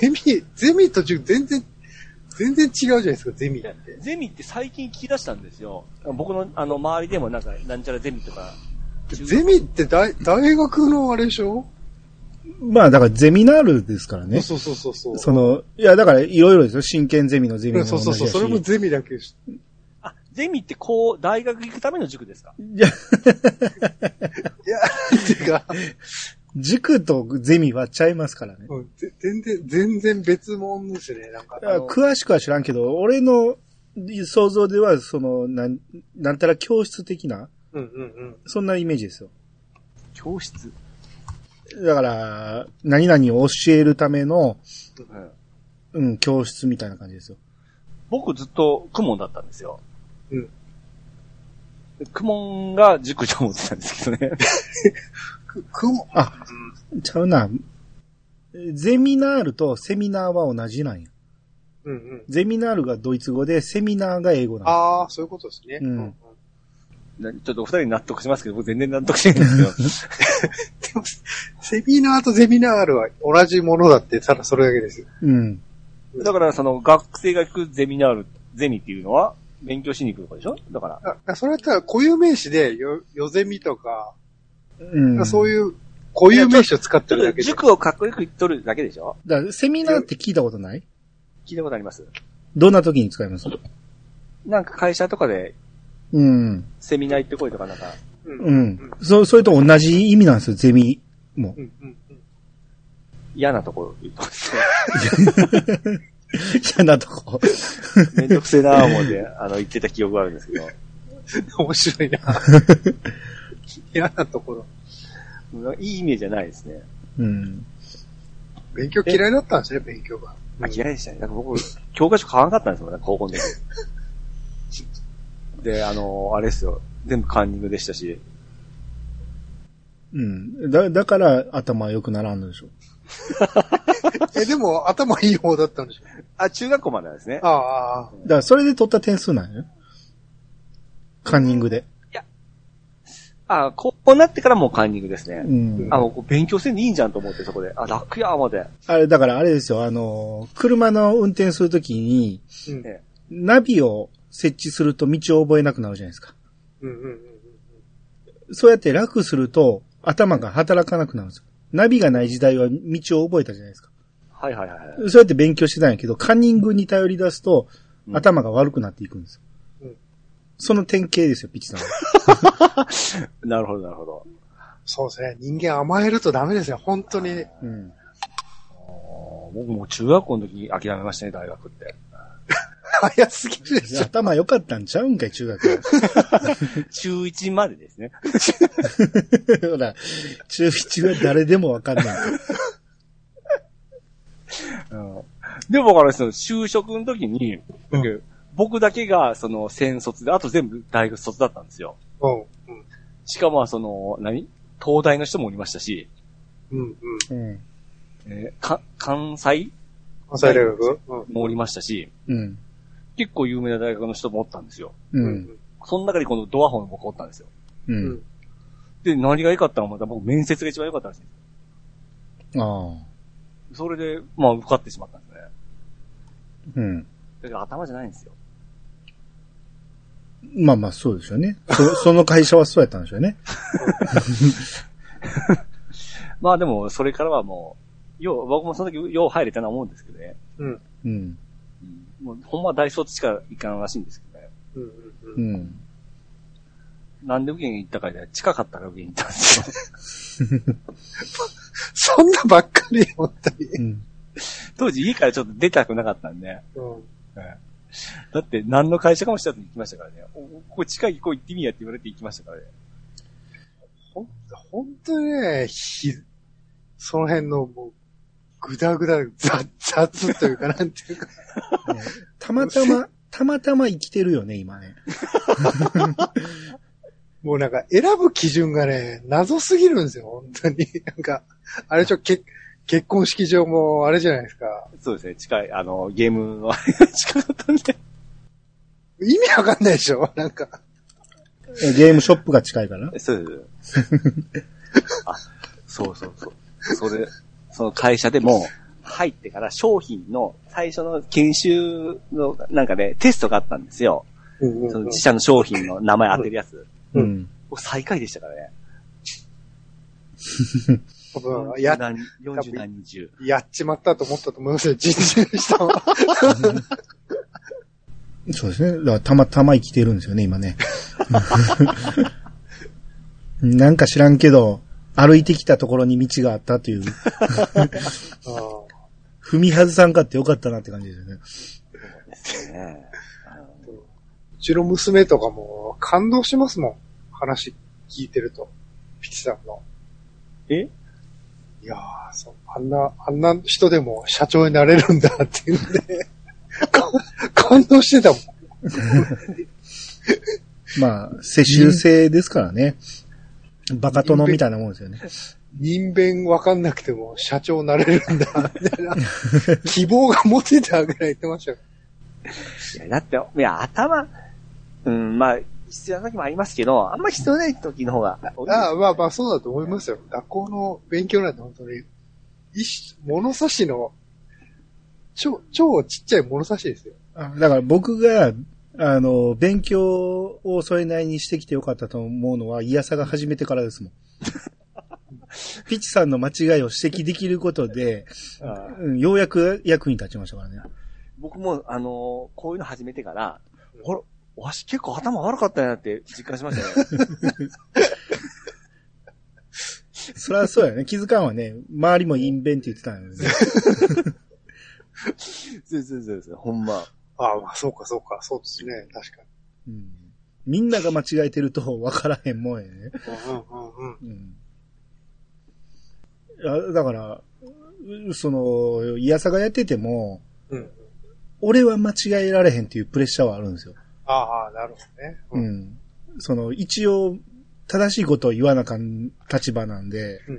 Speaker 8: ゼミ、ゼミと塾全然、全然違うじゃないですか、ゼミって。
Speaker 7: ゼミって最近聞き出したんですよ。僕の、あの、周りでもなんか、なんちゃらゼミとか。
Speaker 8: ゼミって大、大学のあれでしょ
Speaker 2: まあ、だからゼミナールですからね。
Speaker 8: そうそうそうそう。
Speaker 2: その、いや、だからいろいろですよ。真剣ゼミのゼミ
Speaker 8: う
Speaker 2: の
Speaker 8: んそうそうそう、それもゼミだ けし
Speaker 7: あ、ゼミってこう、大学行くための塾ですか
Speaker 2: いや、
Speaker 8: いや、てか、
Speaker 2: 塾とゼミはちゃいますからね。
Speaker 8: うんぜ全然、全然別物ですね、なんか。あ
Speaker 2: あ
Speaker 8: の
Speaker 2: 詳しくは知らんけど、俺の想像では、その、なん、なんたら教室的な、
Speaker 8: うんうんうん。
Speaker 2: そんなイメージですよ。
Speaker 7: 教室。
Speaker 2: だから、何々を教えるための、
Speaker 7: うん。
Speaker 2: うん、教室みたいな感じですよ。
Speaker 7: 僕ずっとクモンだったんですよ。
Speaker 8: うん
Speaker 7: で。クモンが塾と思ってたんですけどね。
Speaker 8: く、くも、
Speaker 2: ちゃうな。ゼミナールとセミナーは同じなんや。
Speaker 8: うんうん。
Speaker 2: ゼミナールがドイツ語で、セミナーが英語なんや。
Speaker 8: ああ、そういうことですね。
Speaker 2: うん
Speaker 7: な ちょっとお二人納得しますけど、僕全然納得しないんですけど。
Speaker 8: セミナーとゼミナールは同じものだって、ただそれだけです。
Speaker 2: うん。
Speaker 7: だから、その、学生が行くゼミナール、ゼミっていうのは、勉強しに行くとかでしょだから、
Speaker 8: ああそれだったら固有名詞で、よ、よゼミとか、
Speaker 2: うん。
Speaker 8: そういう固有名詞を使ってるだけで。
Speaker 7: 塾をかっこよく言っとるだけでしょ
Speaker 2: だからセミナーって聞いたことない
Speaker 7: 聞いたことあります
Speaker 2: どんな時に使います
Speaker 7: なんか会社とかで、
Speaker 2: うん。
Speaker 7: セミナー行ってこいとかなんか、
Speaker 8: うんう
Speaker 2: うんん。そ、それと同じ意味なんですよ、ゼミも
Speaker 8: う。んうん
Speaker 7: 嫌なところ言って ますね。
Speaker 2: 嫌なとこ。
Speaker 7: めんどくせえなぁ思って、あの、言ってた記憶があるんですけど。
Speaker 8: 面白いな。嫌なところ。
Speaker 7: うんいいイメージじゃないですね。
Speaker 2: うん。
Speaker 8: 勉強嫌いだったんですね、勉強が。
Speaker 7: あ、嫌いでしたね。なんか僕、教科書買わなかったんですもんね、高校の時。 で、あの、あれですよ。全部カンニングでしたし。
Speaker 2: うん。だ、だから頭良くならんのでしょ。
Speaker 8: え、でも頭いい方だったんでし ょ
Speaker 7: あ、中学校までなんですね。
Speaker 8: ああ、
Speaker 2: だからそれで取った点数なんよね。カンニングで。
Speaker 7: あ、高校になってからもうカンニングですね。
Speaker 2: うん。
Speaker 7: あ、もうこう勉強せんでいいんじゃんと思って、そこで。あ、楽や、思って。
Speaker 2: あれ、だからあれですよ、あの、車の運転するときに、
Speaker 8: うん
Speaker 7: え
Speaker 2: ナビを設置すると道を覚えなくなるじゃないですか。
Speaker 8: うんうんうん
Speaker 2: そうやって楽すると頭が働かなくなるんですよ。ナビがない時代は道を覚えたじゃないですか。
Speaker 7: はいはいはいはい。
Speaker 2: そうやって勉強してたんやけど、カンニングに頼り出すと
Speaker 7: うん
Speaker 2: 頭が悪くなっていくんですよ。
Speaker 8: うん
Speaker 2: その典型ですよ、ピッチさんは。
Speaker 7: なるほど、なるほど。
Speaker 8: そうですね。人間甘えるとダメですね、本当に。
Speaker 2: うん。
Speaker 7: 僕もう中学校の時に諦めましたね、大学って。
Speaker 8: 早すぎるでしょ。
Speaker 2: 頭良かったんちゃうんかい、中学は。
Speaker 7: 中1までですね。
Speaker 2: ほら、中1は誰でもわかんない。
Speaker 7: うん。でもだから、その、就職の時に、
Speaker 8: うん
Speaker 7: 僕だけが、その、専卒で、あと全部大学卒だったんですよ。
Speaker 8: うん。うん
Speaker 7: しかも、その、何東大の人もおりましたし、
Speaker 8: うんうん。
Speaker 2: うん。
Speaker 7: えーか、関西
Speaker 8: 関西大学うん
Speaker 7: もおりましたし、
Speaker 2: うん。
Speaker 7: 結構有名な大学の人もおったんですよ。
Speaker 2: う。
Speaker 8: うんん。
Speaker 7: その中でこのドアホン僕おったんですよ。
Speaker 2: うん。
Speaker 7: で、何が良かったのはまた僕面接が一番良かったんですよ。
Speaker 2: ああ。
Speaker 7: それで、まあ受かってしまったんですね。
Speaker 2: うん。
Speaker 7: だから頭じゃないんですよ。
Speaker 2: まあまあ、そうですよね。そその会社はそうやったんでしょうね。
Speaker 7: まあでも、それからはもう、よう、僕もその時、よう入れたな思うんですけどね。
Speaker 2: うん。
Speaker 7: うん、もうほんまは大卒しか行かんらしいんですけどね。
Speaker 8: うんうん
Speaker 2: う
Speaker 8: うん。
Speaker 2: ん。
Speaker 7: なんで受けに行ったかで、近かったから受けに行ったんですよ。
Speaker 8: そんなばっかり、本当に。
Speaker 2: うん。
Speaker 7: 当時家からちょっと出たくなかったんで。
Speaker 8: うん
Speaker 7: だって何の会社かも知らずに行きましたからね。おここ近い、こう行ってみやって言われて行きましたからね。
Speaker 8: 本当にね、ひ、その辺のもう、ぐだぐだ、雑、雑というか、なんていうか。
Speaker 2: たまたま、たまたま生きてるよね、今ね。
Speaker 8: もうなんか選ぶ基準がね、謎すぎるんですよ、本当に。 なんか、あれでしょ、け結婚式場もあれじゃないですか。
Speaker 7: そうですね、近い、あの、ゲームのあれが 近かったんで。
Speaker 8: 意味わかんないでしょ なんか。
Speaker 2: えゲームショップが近いから。
Speaker 7: そう です。あ、そうそうそう。それ、その会社でも、入ってから商品の最初の研修のなんかね、テストがあったんですよ。
Speaker 8: うんうん
Speaker 7: そ
Speaker 8: うん
Speaker 7: の自社の商品の名前当てるやつ。
Speaker 8: うん
Speaker 2: ん。
Speaker 7: 僕最下位でしたからね。
Speaker 8: 多分や
Speaker 7: 40、何40何人中。
Speaker 8: やっちまったと思ったと思いますよ、人事の人 は。
Speaker 2: そうですね。だからたまたま生きてるんですよね、今ね。 なんか知らんけど、歩いてきたところに道があったという、踏み外さんかってよかったなって感じですよね。
Speaker 7: ねあの
Speaker 8: うちの娘とかも感動しますもん。話聞いてると。ピチさんの。
Speaker 7: え
Speaker 8: いやーそう、あんな、あんな人でも社長になれるんだっていうので、 か感動してたもん。
Speaker 2: まあ、世襲制ですからね。バカ殿みたいなもんですよね。
Speaker 8: 人弁わかんなくても社長なれるんだ、みたいな。希望が持てたぐらい言ってましたよ。
Speaker 7: いや、だって、いや、頭、うん、まあ、必要な時もありますけど、あんま必要ない時の方が多いです
Speaker 8: ああまあまあ、そうだと思いますよ。学校の勉強なんて本当に、一種物差しの、超、超ちっちゃい物差しですよ。
Speaker 2: あだから僕が、あの、勉強をそれなりにしてきてよかったと思うのは、イヤサが始めてからです もん。ピチさんの間違いを指摘できることで、
Speaker 7: うん
Speaker 2: うんようやく役に立ちましたからね。
Speaker 7: 僕も、あのーこういうの始めてから、あら、わし結構頭悪かったんやなって実感しましたね。
Speaker 2: そりゃそうやね。気づかんはね、周りもインベンって言ってたんで、ね。
Speaker 7: そうそうそうそう、ほんま。
Speaker 8: ああ、まあ、そうか、そうか、そうですね。確かに。
Speaker 2: うんみんなが間違えてると分からへんもんやね。
Speaker 8: うんうんうんうん。
Speaker 2: うんあだから、うその、イヤサがやってても、
Speaker 8: うん
Speaker 2: 俺は間違えられへんっていうプレッシャーはあるんですよ。
Speaker 8: ああ、なるほどね。
Speaker 2: う
Speaker 8: うん
Speaker 2: ん。その、一応、正しいことを言わなあかん立場なんで、
Speaker 8: う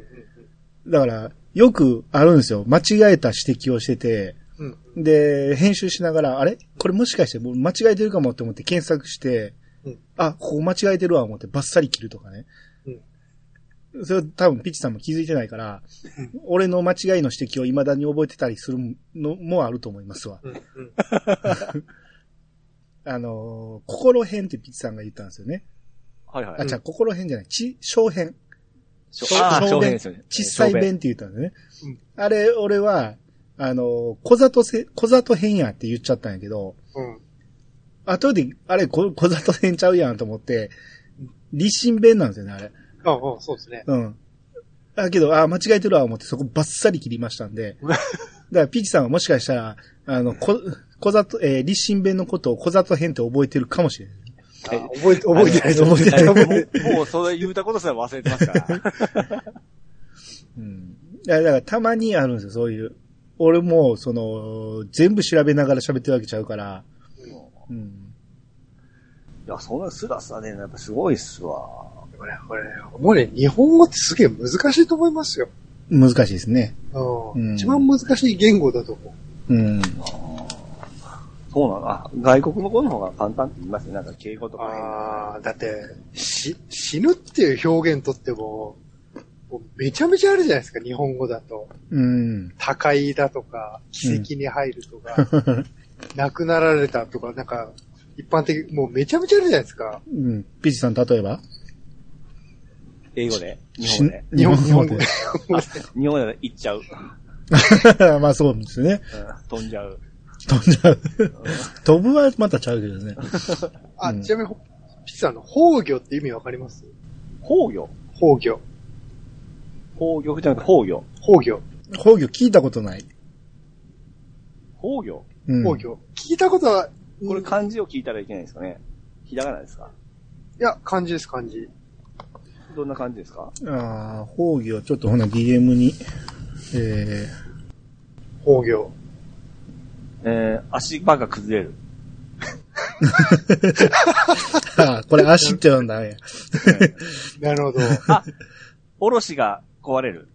Speaker 8: ん
Speaker 2: だから、よくあるんですよ。間違えた指摘をしてて、
Speaker 8: うんうん
Speaker 2: で、編集しながら、あれこれもしかして、間違えてるかもって思って検索して、
Speaker 8: うん
Speaker 2: あ、ここ間違えてるわ思ってバッサリ切るとかね。それは多分ピッチさんも気づいてないから、
Speaker 8: うん
Speaker 2: 俺の間違いの指摘を未だに覚えてたりするのもあると思いますわ。
Speaker 8: うんうん。
Speaker 2: あのー心編ってピッチさんが言ったんですよね。
Speaker 7: はいは
Speaker 2: あ、
Speaker 7: い。
Speaker 2: じゃあ心編じゃない、ち、小編。
Speaker 7: 小
Speaker 2: 小
Speaker 7: あ
Speaker 2: 小
Speaker 7: 小
Speaker 2: 便
Speaker 7: 便ですよね。
Speaker 2: 小さい
Speaker 7: 小
Speaker 2: 弁
Speaker 7: 便
Speaker 2: って言ったんだね
Speaker 8: うん。
Speaker 2: あれ、俺は、あの、小里せ、小里変やって言っちゃったんやけど、
Speaker 8: うん。
Speaker 2: 後で、あれ、こ小里変ちゃうやんと思って、立身弁なんですよね、あれ。
Speaker 8: ああ、そうですね。
Speaker 2: うん。だけど、あ間違えてるわ、思ってそこバッサリ切りましたん で。だから、ピーチさんはもしかしたら、あの、こ、小里、えー立身弁のことを小里変って覚えてるかもしれない。
Speaker 8: あ覚えて、覚えてないと思う
Speaker 2: 覚えてない。
Speaker 7: もう、もうそれ言うたことすら忘れてますから。
Speaker 2: うん。いやだからたまにあるんですよ、そういう。俺も、その、全部調べながら喋ってるわけちゃうから。うん。
Speaker 7: いや、そんなスラスラね、やっぱすごいっすわ。
Speaker 8: でもね、これ、もうね、日本語ってすげえ難しいと思いますよ。
Speaker 2: 難しいですね。
Speaker 8: う
Speaker 2: うん
Speaker 8: ん。一番難しい言語だと思う。
Speaker 2: うん。
Speaker 7: そうなのあ外国の子の方が簡単って言いますね。なんか敬語とかね。
Speaker 8: ああ、だって、し、死ぬっていう表現とっても、もうめちゃめちゃあるじゃないですか、日本語だと。
Speaker 2: うん。
Speaker 8: 他界だとか、奇跡に入るとか、亡くなられたとか、なんか、一般的、もうめちゃめちゃあるじゃないですか。
Speaker 2: うん。ピチさん、例えば
Speaker 7: 英語で日本語で
Speaker 2: し日本
Speaker 8: 日本
Speaker 2: 語
Speaker 8: 語
Speaker 2: で
Speaker 8: で。。
Speaker 7: 日本語で行っちゃう。うん
Speaker 2: まあそうですね。
Speaker 7: 飛んじゃう。
Speaker 2: 飛んじゃう。飛ぶはまたちゃうけどね。
Speaker 8: あ、
Speaker 2: うん
Speaker 8: ちなみに、ピッツさんの崩御って意味わかります
Speaker 7: 崩御
Speaker 8: 崩御。
Speaker 7: 崩御じゃなくて崩御。
Speaker 8: 崩御。
Speaker 2: 宝魚聞いたことない。
Speaker 7: 崩御
Speaker 2: うん。
Speaker 8: 崩御。聞いたことは、
Speaker 7: これ漢字を聞いたらいけないんですかね。ひらがなですか
Speaker 8: いや、漢字です、漢字。
Speaker 7: どんな感じですか
Speaker 2: ああ、宝魚、ちょっとほな DM に。え
Speaker 8: 崩御。
Speaker 7: えー、足場が崩れる。
Speaker 2: ー、あーこれ足って呼んだね。
Speaker 8: なるほど。
Speaker 7: あ、おろしが壊れ る。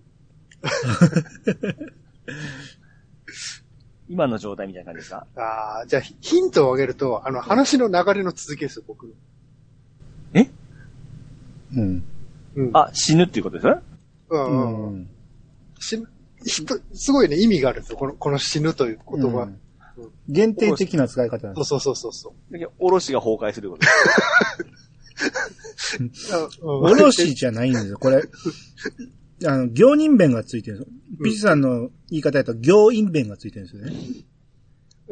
Speaker 7: 今の状態みたいな感じですか
Speaker 8: ああ、じゃあヒヒントをあげると、あの、話の流れの続きですよ、僕の。
Speaker 2: うん。
Speaker 8: うん。
Speaker 7: あ、死ぬっていうことです
Speaker 8: うん
Speaker 2: う
Speaker 8: うん。
Speaker 2: ん。
Speaker 8: 死ぬ、ひとすごいね、意味があるんですよ、この、この死ぬという言葉。
Speaker 2: うん限定的な使い方なん
Speaker 8: そ
Speaker 2: で
Speaker 8: うそうそうそうそ
Speaker 7: だけどおろしが崩壊することです。
Speaker 8: う。あう
Speaker 2: お
Speaker 8: ん
Speaker 2: ろしじゃないんですよ、これ。あの、行人弁がついてるんですよ。ピチさんの言い方やと行員弁がついてるんですよ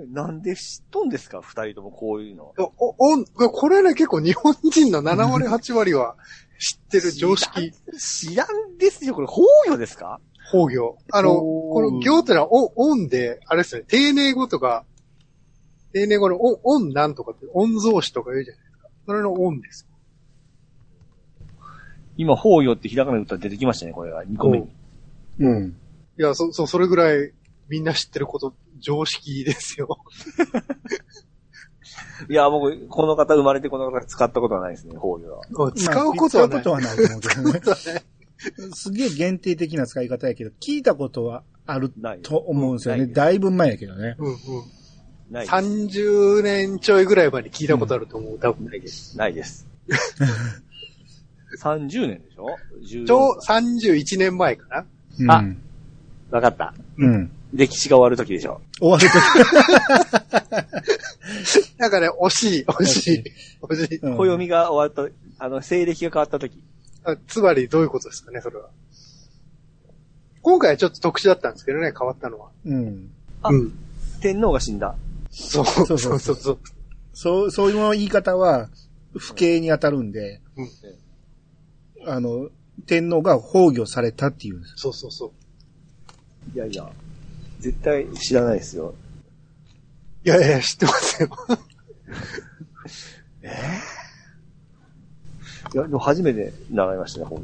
Speaker 2: ね。
Speaker 7: なんで知っとんですか二人ともこういうの。
Speaker 8: お、お、これね、結構日本人の7割、8割は知ってる常識、
Speaker 7: 知らんですよ。これ、法要ですか
Speaker 8: 方行。あの、
Speaker 7: おー
Speaker 8: この行ってのは、お、おんで、あれですよね、丁寧語とか、丁寧語のお、おんなんとかって、おん増詞とか言うじゃないですか。それのおんです。
Speaker 7: 今、法要ってひらがなで打ったら出てきましたね、これが。2個目に。
Speaker 2: うん。
Speaker 8: いや、そ、そ、それぐらい、みんな知ってること、常識ですよ。
Speaker 7: いや、僕、この方生まれてこの方使ったことはないですね、法要は。
Speaker 8: 使うことは
Speaker 2: ま
Speaker 8: な
Speaker 2: あ使うことは
Speaker 8: い。
Speaker 2: ないと思うけどね。すげえ限定的な使い方やけど、聞いたことはある
Speaker 7: ない。
Speaker 2: と思うんですよね。
Speaker 7: ない
Speaker 2: だいぶ前やけどね。
Speaker 8: うんうん。
Speaker 7: ないです。
Speaker 8: 30年ちょいぐらい前に聞いたことあると思う、多分
Speaker 7: な。いです。な いです。30年でしょ14
Speaker 8: ちょう、31年前かな。
Speaker 2: うん
Speaker 7: あわかった。
Speaker 2: うん。
Speaker 7: 歴史が終わる時でしょ。
Speaker 2: 終わる
Speaker 8: なんかね、惜しい、惜しい、惜しい。
Speaker 2: と。
Speaker 7: 暦が終わった、あの、西暦が変わった時。
Speaker 8: あつまりどういうことですかね、それは。今回はちょっと特殊だったんですけどね、変わったのは。
Speaker 2: うん。
Speaker 7: あ
Speaker 8: うん。
Speaker 7: 天皇が死んだ。
Speaker 8: そう
Speaker 2: そ
Speaker 8: そう
Speaker 2: そ
Speaker 8: うそうう
Speaker 2: そ
Speaker 8: そうう
Speaker 2: そう、そういう言い方は、不敬に当たるんで、
Speaker 8: うん
Speaker 2: あの、天皇が崩御されたっていうんです。
Speaker 8: そうそうそう。
Speaker 7: いやいや。絶対知らないですよ。
Speaker 8: いやいや、知ってますよ。
Speaker 7: いや、でも初めて習いましたね、法要。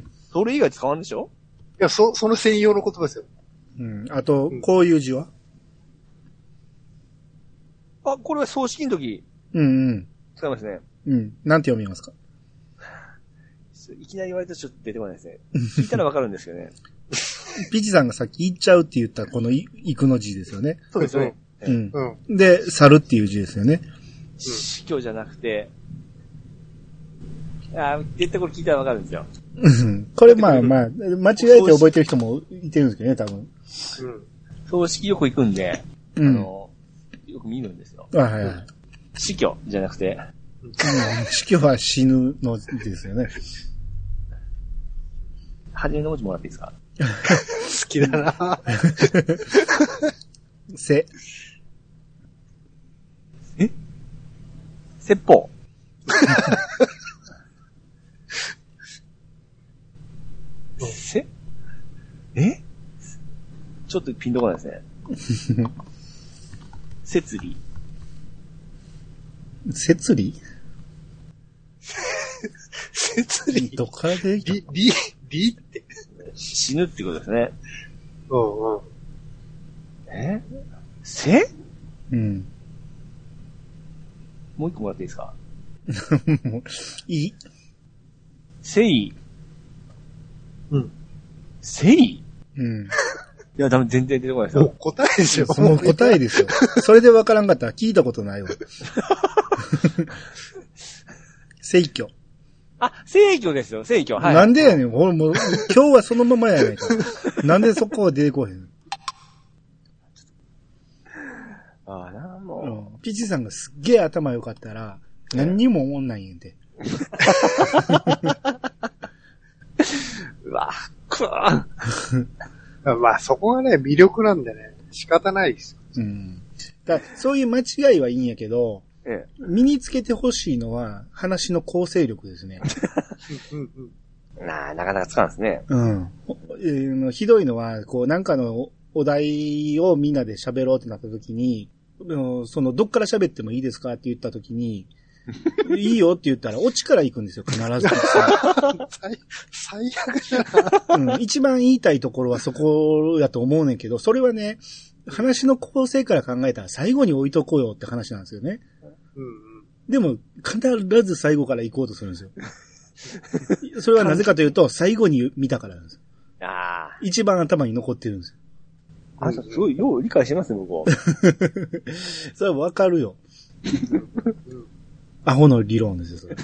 Speaker 7: それ以外使わんでしょ
Speaker 8: いや、そ、その専用の言葉ですよ。
Speaker 2: うん。あと
Speaker 8: うん、
Speaker 2: こういう字は
Speaker 7: あ、これは葬式の時
Speaker 2: うんうん。
Speaker 7: 使いますね。
Speaker 2: うん。なんて読みますか
Speaker 7: いきなり言われたらちょっと出てこないですね。聞いたらわかるんですけど ね。
Speaker 2: ピチさんがさっき言っちゃうって言ったこのい行くの字ですよね。
Speaker 7: そうですよね。
Speaker 2: う。
Speaker 7: うん
Speaker 8: うん。
Speaker 2: で、去るっていう字ですよね。
Speaker 7: 死去じゃなくて、あー絶対これ聞いたらわかるんですよ。
Speaker 2: うんこれまあまあ、間違えて覚えてる人もいてるんですけどね、多分。
Speaker 8: うん。
Speaker 7: 葬式よく行くんで、
Speaker 2: うん。
Speaker 7: あ
Speaker 2: あ
Speaker 7: の、よく見るんですよ。
Speaker 2: はいはい。
Speaker 7: 死去じゃなくて、
Speaker 2: うん死去は死ぬのですよね。
Speaker 7: 初めの文字もらっていいですか
Speaker 8: 好きだな
Speaker 2: せ。
Speaker 7: 説法。せえちょっとピンとこないですね。設備。
Speaker 2: 節 理
Speaker 8: 説理。
Speaker 2: どっからでき
Speaker 8: り、り、りって。
Speaker 7: 死ぬってことですね。
Speaker 8: うんうん。
Speaker 7: えせ
Speaker 2: うん。
Speaker 7: もう一個もらっていいですか
Speaker 2: もういい。
Speaker 7: セイ。
Speaker 5: うん。
Speaker 7: セイい
Speaker 2: うん。
Speaker 7: や、多分全然出てこないです
Speaker 8: も
Speaker 7: よ。
Speaker 8: う答えで しょ。
Speaker 2: その答えですよ。それでわからんかったら聞いたことないわ。 選挙。
Speaker 7: あ、聖教ですよ、聖教。はい。
Speaker 2: なんでやねん。俺もう、今日はそのままやないか。なんでそこは出てこへん。
Speaker 7: ああ、な
Speaker 2: う
Speaker 7: も
Speaker 2: ん、ピチさんがすっげえ頭良かったら、何にも思んないんやて。
Speaker 7: う。うわ、くわ
Speaker 8: まあそこがね、魅力なんでね、仕方ないです。
Speaker 2: うん。だからそういう間違いはいいんやけど、
Speaker 7: え
Speaker 2: 身につけてほしいのは話の構成力ですね。
Speaker 8: うんうん
Speaker 7: え。なあ、なかなかつかんですね。
Speaker 2: うん。えーひどいのは、こう、なんかのお題をみんなで喋ろうってなった時に、うんその、どっから喋ってもいいですかって言った時に、 いいよって言ったら、オチから行くんですよ、必ず。
Speaker 8: 最最悪じゃん。
Speaker 2: うん、一番言いたいところはそこだと思うねんけど、それはね、話の構成から考えたら最後に置いとこうよって話なんですよね。
Speaker 8: うん
Speaker 2: でも、必ず最後から行こうとするんです よ。それはなぜかというと、最後に見たからなんですよ。
Speaker 7: あ
Speaker 2: 一番頭に残ってるんですよ
Speaker 7: あ。あなたすごい、よう理解してますね、僕は。
Speaker 2: それはわかるよ
Speaker 8: うん。
Speaker 2: アホの理論ですよ、それ。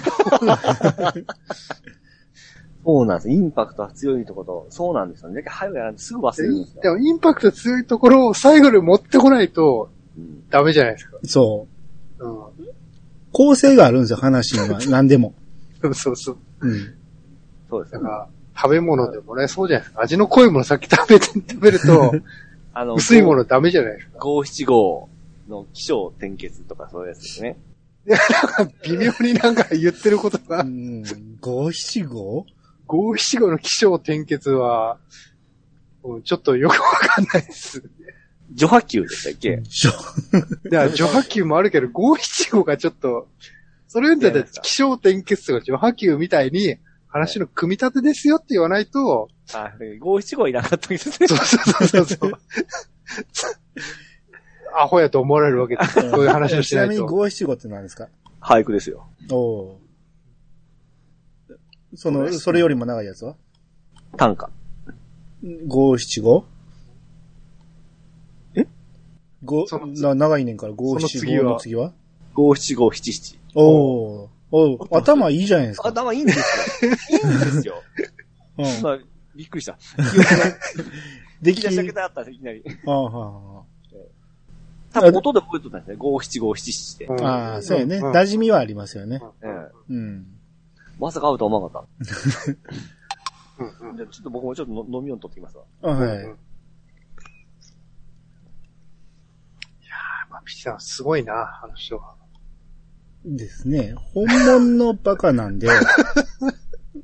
Speaker 7: そうなんです。インパクトが強いとこと、そうなんですよね。だけど早くやらないとすぐ忘れるんです
Speaker 8: で
Speaker 7: よ。
Speaker 8: もインパクト強いところを最後に持ってこないと
Speaker 7: うん
Speaker 8: ダメじゃないですか。
Speaker 2: そう。
Speaker 8: う
Speaker 2: 構成があるんですよ、話には。何でも。
Speaker 8: ん。そうそう。
Speaker 2: うん。
Speaker 7: そうです
Speaker 8: だ
Speaker 7: よ
Speaker 8: か。ら、食べ物でもね、そうじゃないですか。味の濃いものさっき食べて、食べる と、
Speaker 7: あの
Speaker 8: 薄いものダメじゃないですか。
Speaker 7: 五七五の気象転結とかそういうやつですね。
Speaker 8: 微妙になんか言ってること
Speaker 2: う
Speaker 8: が、
Speaker 2: ん五七五
Speaker 8: 五七五の気象転結は、うんちょっとよくわかんないです。
Speaker 7: 除波球でしたっけ
Speaker 2: ちょ
Speaker 8: いや、序波球もあるけど、五七五がちょっと、それよりだって気象転結とか序波球みたいに、話の組み立てですよって言わないと、
Speaker 7: あ、五七五いなかったですね
Speaker 8: そ。うそうそうそう。アホやと思われるわけですよ。そういう話をし
Speaker 2: ち
Speaker 8: な
Speaker 2: ないみに
Speaker 8: と。
Speaker 2: 五七五って何ですか
Speaker 7: 俳句ですよ。
Speaker 2: おおう。その、それよりも長いやつは
Speaker 7: 短歌。
Speaker 2: 五七五
Speaker 7: え
Speaker 2: 五
Speaker 8: その、次
Speaker 2: な長いねんから五
Speaker 8: そ
Speaker 2: 七
Speaker 8: の次
Speaker 2: 五
Speaker 8: は
Speaker 2: の次は
Speaker 7: 五七五七七。
Speaker 2: おおおう頭いいじゃないですか。
Speaker 7: 頭いいん ですよ。いいんですよ。
Speaker 2: うん。
Speaker 7: 今、びっくりした。記憶が
Speaker 2: で
Speaker 7: 引き出しだけだったんですいきなり。
Speaker 2: ああ、はあは
Speaker 7: 多分音で覚えとったんですね。五七五七七で。
Speaker 8: うん
Speaker 2: あ、ああ、そうやね。
Speaker 8: ん
Speaker 2: 馴染みはありますよね。
Speaker 7: うん
Speaker 2: うん。
Speaker 7: まさか合うとは思わなかっ
Speaker 8: うんう
Speaker 7: た。
Speaker 8: ん
Speaker 7: じゃあちょっと僕もちょっとの飲み物取ってきますわ。
Speaker 2: あはい。
Speaker 8: まあ、ピチさんすごいな、あの人は。
Speaker 2: ですね。本物のバカなんで、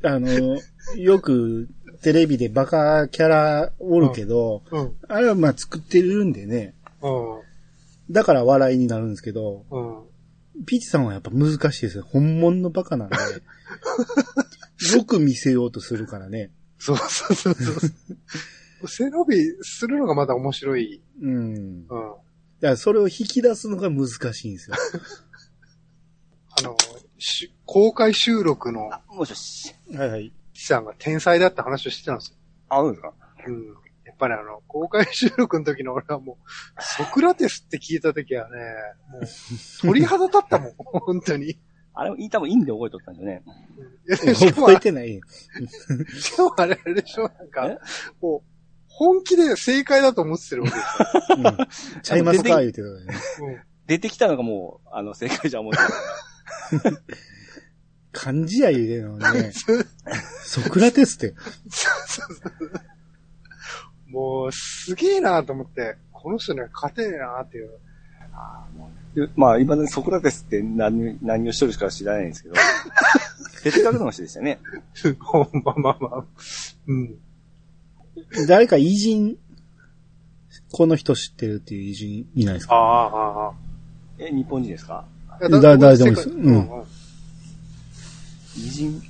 Speaker 2: あの、よくテレビでバカキャラおるけど、
Speaker 8: うん。
Speaker 2: あれはまあ作ってるんでね。
Speaker 8: うん。
Speaker 2: だから笑いになるんですけど、
Speaker 8: うん。
Speaker 2: ピーチさんはやっぱ難しいですよ。本物のバカなんで。よく見せようとするからね。
Speaker 8: そうそうそうそう。 背伸びするのがまだ面白い。
Speaker 2: うん。だか
Speaker 8: うん。
Speaker 2: らそれを引き出すのが難しいんですよ。
Speaker 8: あの、し公開収録の
Speaker 7: あ、もしもし。
Speaker 2: はいはい。
Speaker 8: ピチさんが天才だって話をしてたんですよ
Speaker 7: 合うんですか
Speaker 8: うん。やっぱりあの、公開収録の時の俺はもう、ソクラテスって聞いた時はね、もう、鳥肌立った もん、本当に。い
Speaker 7: あれも、多分いいんで覚えとったんですよね。
Speaker 8: やしか
Speaker 2: 覚
Speaker 8: もあ
Speaker 2: え
Speaker 8: れ、
Speaker 2: てない。
Speaker 8: しかもあれあれでしょ、なん
Speaker 7: え
Speaker 8: か、もう、本気で正解だと思ってるわけで
Speaker 2: うんちゃいますか言うてたからね。
Speaker 8: すよ。うん
Speaker 7: 出てきたのがもう、あの、正解じゃ思ってた。
Speaker 2: 漢字や言うてるのに ね。ソクラテスって。
Speaker 8: もう、すげえなと思って、この人には勝てねえなっていう。
Speaker 7: で まあ、今ね、ソクラテスって何、何をしとるしか知らないんですけ ど、哲学の話でしたね。
Speaker 8: ほんまあまあまあ。うん。
Speaker 2: 誰か偉人、この人知ってるっていう偉人いないです
Speaker 8: あ
Speaker 2: か
Speaker 8: あ、あ
Speaker 7: え、日本人ですか
Speaker 8: あ。
Speaker 2: だ大丈夫ですうん
Speaker 8: ん。
Speaker 7: 偉人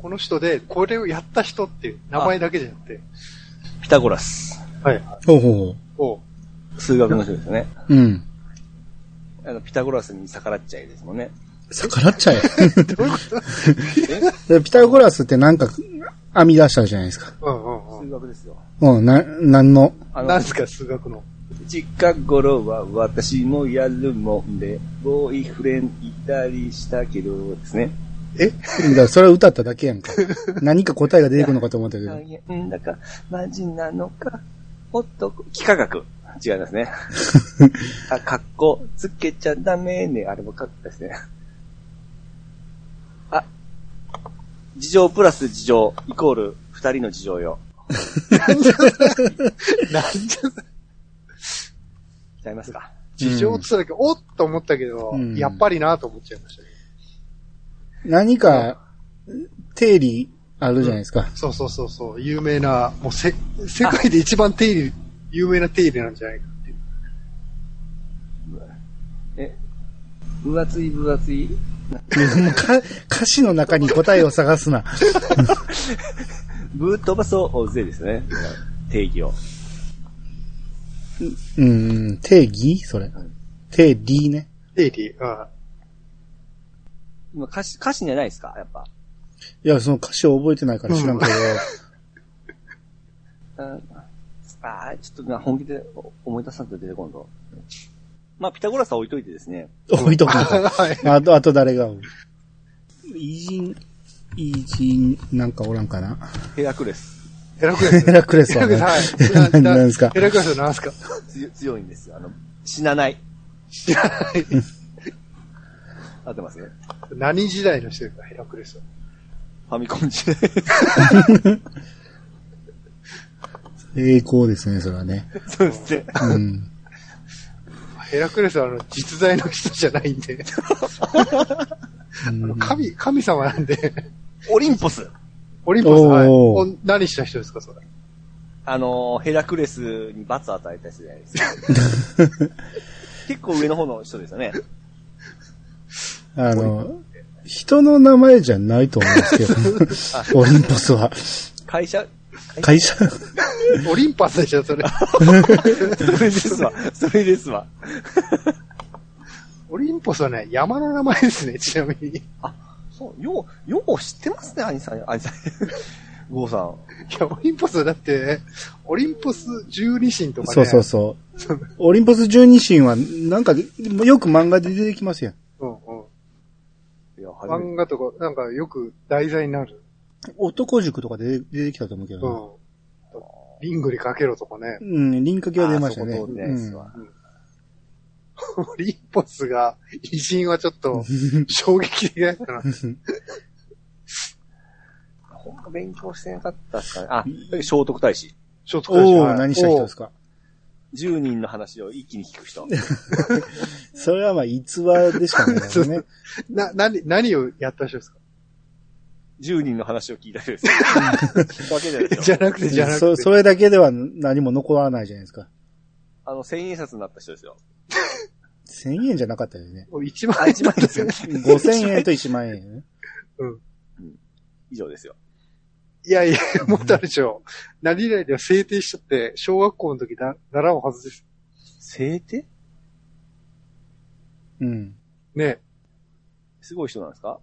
Speaker 8: この人で、これをやった人っていう、名前だけじゃなくて。
Speaker 7: ピタゴラス。
Speaker 8: はい。
Speaker 2: ほうほうほ
Speaker 8: おう
Speaker 7: 数学の人ですよね。
Speaker 2: う。うん。
Speaker 7: あの、ピタゴラスに逆らっちゃいですもんね。
Speaker 2: 逆らっちゃえ。で ピタゴラスってなんか編み出したじゃないですか。
Speaker 8: うんうんう
Speaker 7: 数
Speaker 8: ん。
Speaker 7: 学ですよ。
Speaker 2: うん、な、なんの。
Speaker 7: あ
Speaker 8: 何
Speaker 7: の
Speaker 8: で、すか、数学の。
Speaker 7: 近頃は私もやるもんで、ボーイフレンいたりしたけどですね。
Speaker 2: だからそれは歌っただけやんか。何か答えが出てくるのかと思ったけど。
Speaker 7: 大変だか、マジなのか、男、幾何学。違います ね。あ、格好つけちゃダメね。あれもかったですね。あ、事情プラス事情、イコール、二人の事情 よ。
Speaker 8: なんじゃ、
Speaker 7: 違いますか。
Speaker 8: 事情って言っただけ、おっと思ったけど、
Speaker 2: うん
Speaker 8: やっぱりなと思っちゃいましたね。
Speaker 2: 何か、定理あるじゃないですか。
Speaker 8: そうそうそうそう、有名な、もうせ、世界で一番定理、有名な定理なんじゃないかっていう。
Speaker 7: 分厚い分厚い。
Speaker 2: もうか歌詞の中に答えを探すな。
Speaker 7: ぶっ飛ばそうぜですね。定義を。
Speaker 2: うん、定義それ。定理ね。
Speaker 8: 定理、うん。
Speaker 7: 今歌詞、歌詞じゃないですかやっぱ。
Speaker 2: いや、その歌詞を覚えてないから知らんけど。
Speaker 7: ああー、ちょっとな、本気で思い出さんと出てこんと。まあ、ピタゴラスは置いといてですね。
Speaker 2: 置いとくのか。
Speaker 8: はい。
Speaker 2: あと、あと誰が偉人、偉人、なんかおらんかな。
Speaker 7: ヘラクレス。
Speaker 8: ヘラクレス。
Speaker 2: ヘラクレス
Speaker 8: ヘ
Speaker 2: は
Speaker 8: ラク
Speaker 2: ね
Speaker 8: レ。ス、
Speaker 2: な
Speaker 8: は い。
Speaker 2: なんですか
Speaker 8: ヘラクレスは何ですか
Speaker 7: 強強いんですよ。あの、死なない。
Speaker 8: 知らない。
Speaker 7: 合ってますね。
Speaker 8: 何時代の人ですか、ヘラクレスは。
Speaker 7: ファミコン時代。
Speaker 2: 栄光ですね、それはね。
Speaker 7: そうですね。
Speaker 2: うん。
Speaker 8: ヘラクレスはあの、実在の人じゃないんで、あの神、神様なんで、
Speaker 7: オリンポス。
Speaker 8: オリンポス、はい
Speaker 2: おー
Speaker 8: お。何した人ですか、それ。
Speaker 7: あのー、ヘラクレスに罰を与えた人じゃないですか。 結構上の方の人ですよね。
Speaker 2: あの、人の名前じゃないと思うんですけど、オリンポスは。
Speaker 7: 会社、
Speaker 2: 会社
Speaker 8: オリンパスでしょ、それ。
Speaker 7: それですわ。それですわ。
Speaker 8: オリンポスはね、山の名前ですね、ちなみに。
Speaker 7: そう、よう、よう知ってますね、アニさん。アニさん。ゴーさん。
Speaker 8: いや、オリンポスはだって、オリンポス十二神とかね。
Speaker 2: そうそうそう。オリンポス十二神は、なんか、よく漫画で出てきますよ。
Speaker 8: うんうん。
Speaker 7: いや、初めて
Speaker 8: 漫画とか、なんかよく題材になる。
Speaker 2: 男塾とかで出てきたと思うけ
Speaker 8: う
Speaker 2: どね。
Speaker 8: ん。リングにかけろとかね。
Speaker 2: うん、輪郭は出ました
Speaker 7: あ
Speaker 2: ね。
Speaker 7: そこ通ってないですわ
Speaker 2: う
Speaker 8: オリンポスが、偉人はちょ っと、衝撃的だったな。
Speaker 7: ほんま勉強してなかったっすかね。あ、聖徳太子。
Speaker 8: ちょっと
Speaker 2: んおー、何した人です
Speaker 8: か
Speaker 2: か
Speaker 7: 10人の話を一気に聞く人。
Speaker 2: それはまあ、逸話でしか ないですね。
Speaker 8: な、何、何をやった人ですか
Speaker 7: 10人の話を聞いた人です。わけじゃないです
Speaker 8: じ
Speaker 7: よ
Speaker 8: ゃ。なくて、じゃな
Speaker 2: そ
Speaker 8: く
Speaker 2: そ
Speaker 8: て。
Speaker 2: れだけでは何も残らないじゃないですか。
Speaker 7: あの、千円札になった人ですよ。
Speaker 2: 1000円じゃなかったよね。
Speaker 8: 一番
Speaker 7: あ、1万円ですよ。
Speaker 2: 5000円と1万円ね。
Speaker 7: 以上ですよ。
Speaker 8: いやいや、もっとあるでしょ。何々では制定しちゃって、小学校の時だ、習うはずです。
Speaker 7: 聖帝
Speaker 2: うん。
Speaker 8: ね。
Speaker 7: すごい人なんですか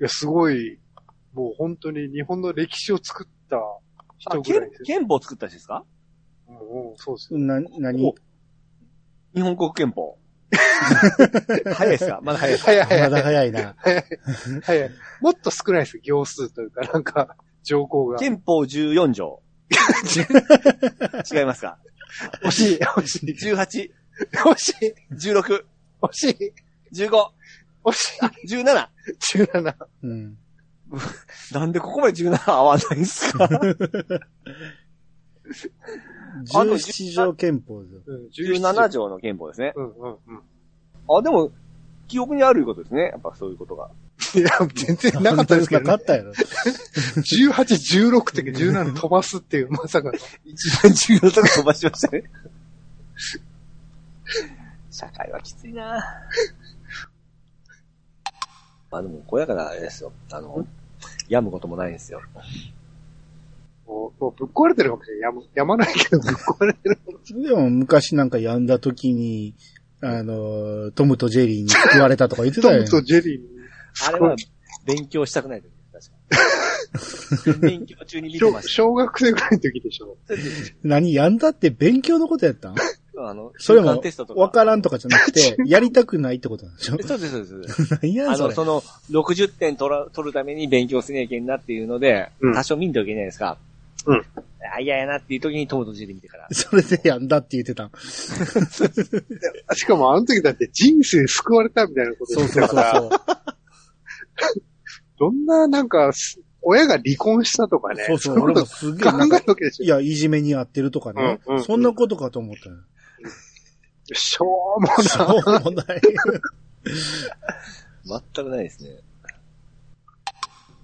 Speaker 8: いや、すごい、もう本当に日本の歴史を作った
Speaker 7: あ、
Speaker 8: 人ぐら
Speaker 7: 憲
Speaker 8: いですよ。
Speaker 7: 憲法を作った人ですか
Speaker 8: もう、そうですよ。
Speaker 2: な、何
Speaker 7: お日本国憲法。早いですかまだ早いですか
Speaker 8: 早い早
Speaker 2: まだ
Speaker 8: い
Speaker 2: 早いな。
Speaker 8: 早い。もっと少ないです。行数というか、 なんか、条項が。
Speaker 7: 憲法14条。 違いますか
Speaker 8: 惜しい、惜しい、
Speaker 7: ?18、
Speaker 8: 惜しい、
Speaker 7: 16、
Speaker 8: 惜しい、
Speaker 7: 15、
Speaker 8: 惜し
Speaker 7: 17。
Speaker 8: い、17。
Speaker 2: うん。
Speaker 7: なんでここまで17合わないんですかあと
Speaker 2: 17条憲法ですよ。
Speaker 8: うん、
Speaker 7: ?17 条の憲法ですね。
Speaker 8: うん、うん、うん。
Speaker 7: あ、でも、記憶にあるいうことですね。やっぱそういうことが。
Speaker 8: いや、全然なかっ たですけど
Speaker 2: な
Speaker 8: ね
Speaker 2: か。ったやろ。
Speaker 8: 18、16って17飛ばすっていう、まさかの。
Speaker 7: 一番重要なとこ飛ばしましたね。 社会はきついなまあでも、小やかなあれですよ。あの、病むこともないんですよ。
Speaker 8: もう、もうぶっ壊れてるかもしれない。やむ、やまないけどぶっ壊れてる。
Speaker 2: でも昔なんか病んだ時に、あの、トムとジェリーに救われたとか言って
Speaker 8: ト
Speaker 2: たよ
Speaker 8: ム
Speaker 2: ね。
Speaker 8: とジェリー
Speaker 7: あれは勉強したくない時です確かに。勉強中に見てま
Speaker 8: 小、
Speaker 7: した。
Speaker 8: 小学生ぐらいの時でしょ。
Speaker 2: 何やんだって勉強のことやったん
Speaker 7: あの、
Speaker 2: それ
Speaker 7: 中
Speaker 2: も
Speaker 7: 間テストと、か。
Speaker 2: わからんとかじゃなく て、やりたくないってことなんでしょ
Speaker 7: えそうです、そうです。
Speaker 2: 何や
Speaker 7: あ
Speaker 2: そ
Speaker 7: の、
Speaker 2: れ。
Speaker 7: その、60点取ら取るために勉強せなきゃいけんなっていうので、
Speaker 8: うん
Speaker 7: 多少見んといけないですか。
Speaker 8: うん。
Speaker 7: あ、嫌やなっていう時に友達で見てから。
Speaker 2: それでやんだって言ってたん。
Speaker 8: しかもあの時だって人生救われたみたいなこと
Speaker 2: そう
Speaker 8: 言って
Speaker 2: そう
Speaker 8: た
Speaker 2: そ
Speaker 8: か
Speaker 2: う
Speaker 8: ら、
Speaker 2: そう。
Speaker 8: どんななんか、す親が離婚したとかね。
Speaker 2: そうそう、
Speaker 8: いこ
Speaker 2: 俺
Speaker 8: と
Speaker 2: もすげえ
Speaker 8: 考
Speaker 2: なん
Speaker 8: え
Speaker 2: か、
Speaker 8: るわけでし
Speaker 2: い
Speaker 8: ょ。
Speaker 2: や、いじめにあってるとかね。
Speaker 8: うんうんうん
Speaker 2: そんなことかと思ったよ。
Speaker 8: しょうも
Speaker 2: そ
Speaker 8: な。
Speaker 2: うもない。
Speaker 7: 全くないですね。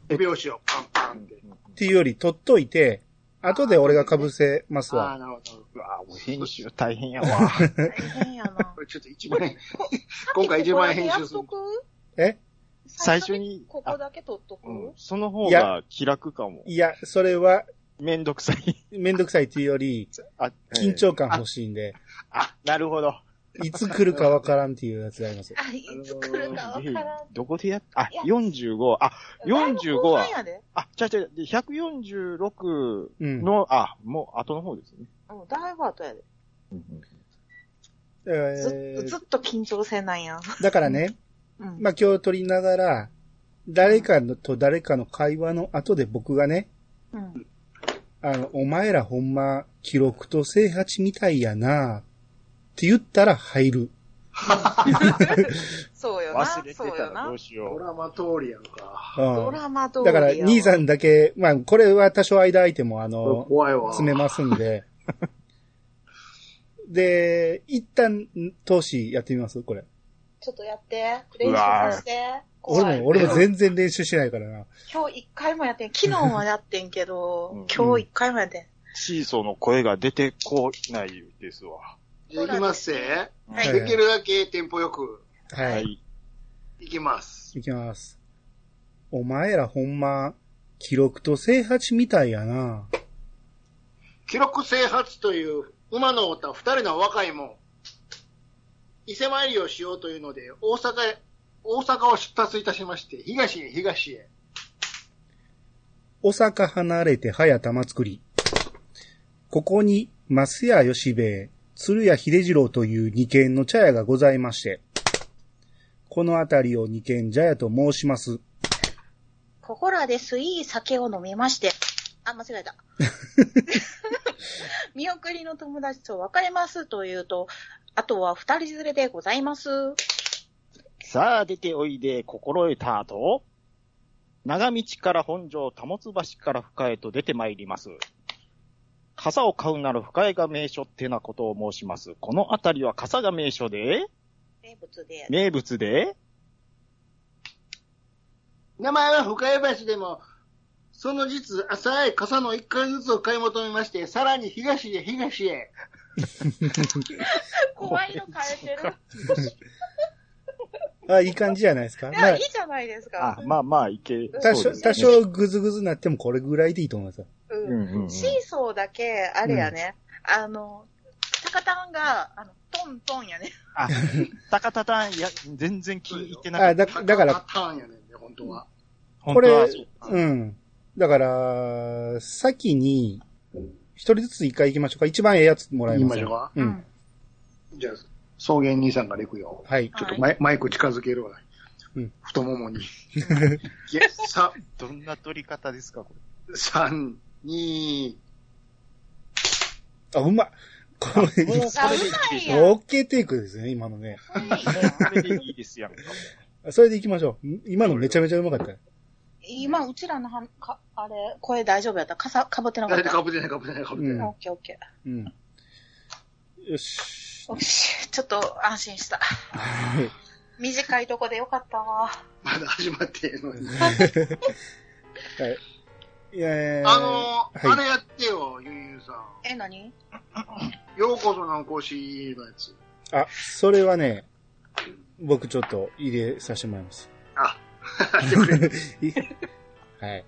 Speaker 9: 手拍子をパンパンって。
Speaker 2: っていうより、取っとい て、後で俺が被せます
Speaker 9: ああ、
Speaker 2: わ。
Speaker 9: なるほどなるほど。
Speaker 1: うわもう編集大変やわ。
Speaker 10: 大変やな
Speaker 9: こ。れちょっと一番、今回一番編集する
Speaker 10: ここだけやっとく
Speaker 2: え
Speaker 1: 最初に
Speaker 10: ここだけ取っとく、
Speaker 1: うんその方が気楽かも。
Speaker 2: いや、それは、
Speaker 1: めんどくさい。
Speaker 2: めんどくさいっていうより、
Speaker 1: あ、
Speaker 2: 緊張感欲しいんで、
Speaker 1: あ、なるほど。
Speaker 2: いつ来るかわからんっていうやつがあります。
Speaker 10: あ、いつ来るかわからん。
Speaker 1: どこでやっ、あ
Speaker 10: いや、
Speaker 1: 45、あ、45は
Speaker 10: だいぶ後半やで。
Speaker 1: あ、ちゃうちゃう、で146
Speaker 2: うん。
Speaker 1: の、あ、もう後の方ですね。
Speaker 10: うん、だいぶ後やで。
Speaker 2: え
Speaker 10: ずっと、
Speaker 2: ー
Speaker 10: ずっと緊張せなんや。
Speaker 2: だからね、
Speaker 10: うん。
Speaker 2: まあ今日撮りながら、誰かのと誰かの会話の後で僕がね、
Speaker 10: うん。
Speaker 2: あの、お前らほんま、記録と正八みたいやなって言ったら入る。
Speaker 10: そうよな。
Speaker 1: 忘れてた
Speaker 10: そうよ
Speaker 1: ら
Speaker 10: な
Speaker 1: どう。し
Speaker 9: ド
Speaker 1: よ
Speaker 9: ラマ通りやんか。
Speaker 2: うん
Speaker 10: ドラマ通り
Speaker 2: だ
Speaker 10: や
Speaker 2: から、
Speaker 10: わ
Speaker 2: 兄さんだけ、まあ、これは多少間空いても、あの、
Speaker 9: 怖いわ。
Speaker 2: 詰めますんで。で、一旦、投資やってみますこれ。
Speaker 10: ちょっとやって。練習させて。怖
Speaker 2: 俺
Speaker 10: い
Speaker 2: も、俺も全然練習してないからな。
Speaker 10: 今日一回もやってん。昨日はやってんけ
Speaker 1: うん、
Speaker 10: ど今日一回もやってん。
Speaker 1: う。シーソーの声が出てこないですわ。
Speaker 9: じゃあ行きますせ。
Speaker 1: うん
Speaker 2: はい
Speaker 9: できるだけテンポよく
Speaker 2: は。
Speaker 1: はいい。
Speaker 9: 行きます。
Speaker 2: いきます。お前らほんま、記録と正八みたいやな。
Speaker 9: 記録制発という馬のおた二人の若いもん。伊勢参りをしようというので、大阪へ、大阪を出発いたしまして、東へ東へ。
Speaker 2: 大阪離れて早玉作り。ここに、増屋吉兵衛、鶴屋秀次郎という二軒の茶屋がございまして、この辺りを二軒茶屋と申します。
Speaker 10: ここらですいい酒を飲みまして。あ、間違えた。見送りの友達と別れますというと、あとは二人連れでございます。
Speaker 11: さあ出ておいで、心得た後、長道から本庄、保つ橋から深へと出てまいります。傘を買うなら深江が名所ってなことを申します。この辺りは傘が名所で、
Speaker 10: 名物で。
Speaker 11: 名物で、
Speaker 9: 名前は深谷橋でも、その実、浅い傘の一貫ずつを買い求めまして、さらに東へ東へ。
Speaker 10: 怖いの変えてる。
Speaker 2: あ、いい感じじゃないですか。
Speaker 10: いや、
Speaker 2: まあ
Speaker 10: いい、じゃないです
Speaker 11: あ
Speaker 10: か。、
Speaker 11: まあまあ、いけ、
Speaker 2: 多
Speaker 11: そう
Speaker 2: 少、
Speaker 11: ですね
Speaker 2: 多少グズグズなってもこれぐらいでいいと思いますよ。
Speaker 10: うん
Speaker 1: うんうんうん
Speaker 10: シーソーだけ、あれやね、あの、タカタンが、あの、トントンやね。
Speaker 11: あ、たかたたん、いや、全然気に入ってなか
Speaker 2: あ
Speaker 11: っ
Speaker 2: だだから、
Speaker 9: パターンやねんね、本当は。
Speaker 11: た。
Speaker 2: これ
Speaker 11: 本当はそう
Speaker 2: うん。だから、先に、一人ずつ一回行きましょうか。一番ええやつもらい
Speaker 9: 言いま
Speaker 2: ま
Speaker 9: すしょう
Speaker 2: よ。
Speaker 9: か。
Speaker 2: うん。
Speaker 9: じゃあ、草原兄さんから行くよ。
Speaker 2: はい。
Speaker 9: ちょっとマイマイク近づけるわ。
Speaker 2: うん
Speaker 9: 太も もに。いや、さ、
Speaker 1: どんな取り方ですか、これ。
Speaker 9: 三、二、
Speaker 2: あ、うまっ。これ、
Speaker 11: もうこれでいいでしょ。
Speaker 2: オッケーテイクですね、今のね。
Speaker 11: これでいいですやんか。
Speaker 2: それで行きましょう。ん今のめちゃめちゃうまかったよ。
Speaker 10: 今、うちらのはんか、あれ、声大丈夫やったかさ、かぶってなか
Speaker 9: だ
Speaker 10: っ
Speaker 9: いたい
Speaker 10: た。
Speaker 9: か
Speaker 10: オ
Speaker 9: ぶってないかぶってないかぶって
Speaker 2: う
Speaker 9: ない。
Speaker 2: ん
Speaker 10: ッケーオッケ
Speaker 2: うん。よし
Speaker 10: ー。。よし、ちょっと安心した。短いとこでよかったわ。
Speaker 9: まだ始まってんのに。
Speaker 2: えー、
Speaker 9: あのー、
Speaker 2: はい
Speaker 9: あれやってよ、ゆうゆうさん。
Speaker 10: え、何
Speaker 9: ようこそ南光市のやつ。
Speaker 2: あ、それはね、僕ちょっと入れさせてもらいます。
Speaker 9: あ、やってくれ。
Speaker 2: はい。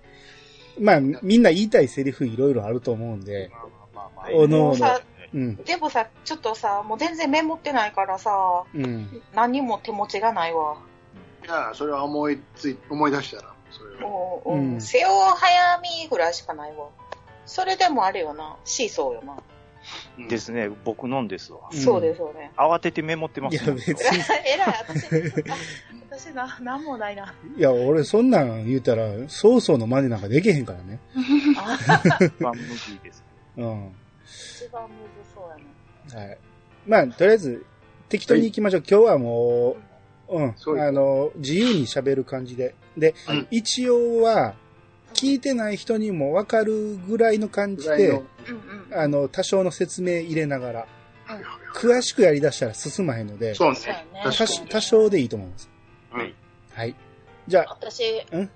Speaker 2: まあ、みんな言いたいセリフいろいろあると思うんで、
Speaker 9: まあまあまあまあ。
Speaker 2: おのお
Speaker 10: もう
Speaker 2: の
Speaker 10: さ、
Speaker 2: うん。
Speaker 10: でもさ、ちょっとさ、もう全然メモってないからさ、
Speaker 2: うん。
Speaker 10: 何にも手持ちがないわ。
Speaker 8: いや、それは思いつい、思い出したら。それは
Speaker 10: おうおう
Speaker 2: うん
Speaker 10: 瀬尾早見ぐらいしかないわ。それでもあれよな、シーソーよな。
Speaker 4: ですね、僕のんですわ。
Speaker 10: そうですよ ね。
Speaker 4: 慌ててメモってますね、
Speaker 2: いや別
Speaker 10: えらい、 私、私な、なんもないな。
Speaker 2: いや、俺そんなん言うたら、曹操の真似なんかできへんからね。
Speaker 4: バンムギーです。
Speaker 2: うん。
Speaker 10: 一番むずそうやな。
Speaker 2: はい。まあ、とりあえず、適当に行きましょう。今日はもう、うん。
Speaker 8: そうです
Speaker 2: あの、自由に喋る感じで。で、
Speaker 8: はい
Speaker 2: 一応は、聞いてない人にもわかるぐらいの感じ
Speaker 8: ぐらい
Speaker 2: で
Speaker 8: の、
Speaker 10: うんうん。
Speaker 2: あの、多少の説明入れながら、
Speaker 10: はい
Speaker 2: 詳しくやり出したら進まへんので、
Speaker 8: そうね
Speaker 10: そうやね。
Speaker 8: 確
Speaker 2: 多
Speaker 8: かに
Speaker 2: 少多少でいいと思います。
Speaker 8: はい。
Speaker 2: はい。じゃあ、
Speaker 10: 私
Speaker 2: ん、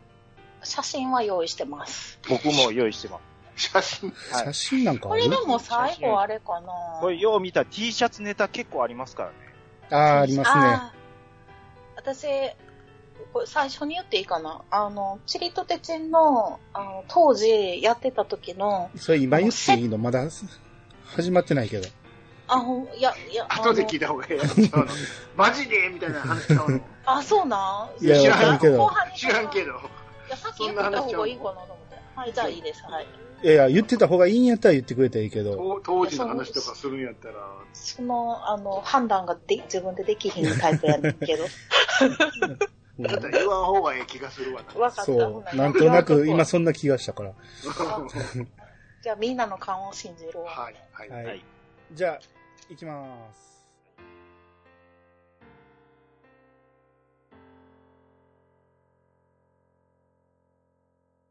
Speaker 10: 写真は用意してます。
Speaker 4: 僕も用意してます。
Speaker 8: 写真。
Speaker 4: はい
Speaker 2: 写真なんか
Speaker 10: こ
Speaker 2: ある
Speaker 10: れでも最後あれかな。
Speaker 4: これ、よう見た T シャツネタ結構ありますからね。
Speaker 2: ああ、ありますね。
Speaker 10: あー私、これ最初に言っていいかな。あの、チリとテチンの、あの、当時やってた時の、
Speaker 2: それ今言っていいのまだ始まってないけど。
Speaker 10: あ、ほんいや、いや、あの
Speaker 8: 後で聞いた方 がいいやつちゃうの。マジでみたいな話ちゃうの。
Speaker 10: あ、そうなん
Speaker 2: いや
Speaker 8: 知らん
Speaker 2: わかるけど
Speaker 10: 後半に
Speaker 8: 知らんけど。
Speaker 10: いや、さっき言ってた方がいいかなと思って。はい、じゃあいいです。はい。
Speaker 2: いやいや、言ってた方がいいんやったら言ってくれたらいいけど。
Speaker 8: 当当時の話とかするんやったら、
Speaker 10: その、あの、判断がで自分でできひんタイプやねん けど。
Speaker 2: うん
Speaker 8: だったら言わん方がいい気がするわ な。
Speaker 10: わかった。
Speaker 2: そう。なんとなく、今そんな気がしたから。
Speaker 10: じゃあみんなの勘を信じるわ。
Speaker 8: はい、はい。
Speaker 2: はい。じゃあ、行きます。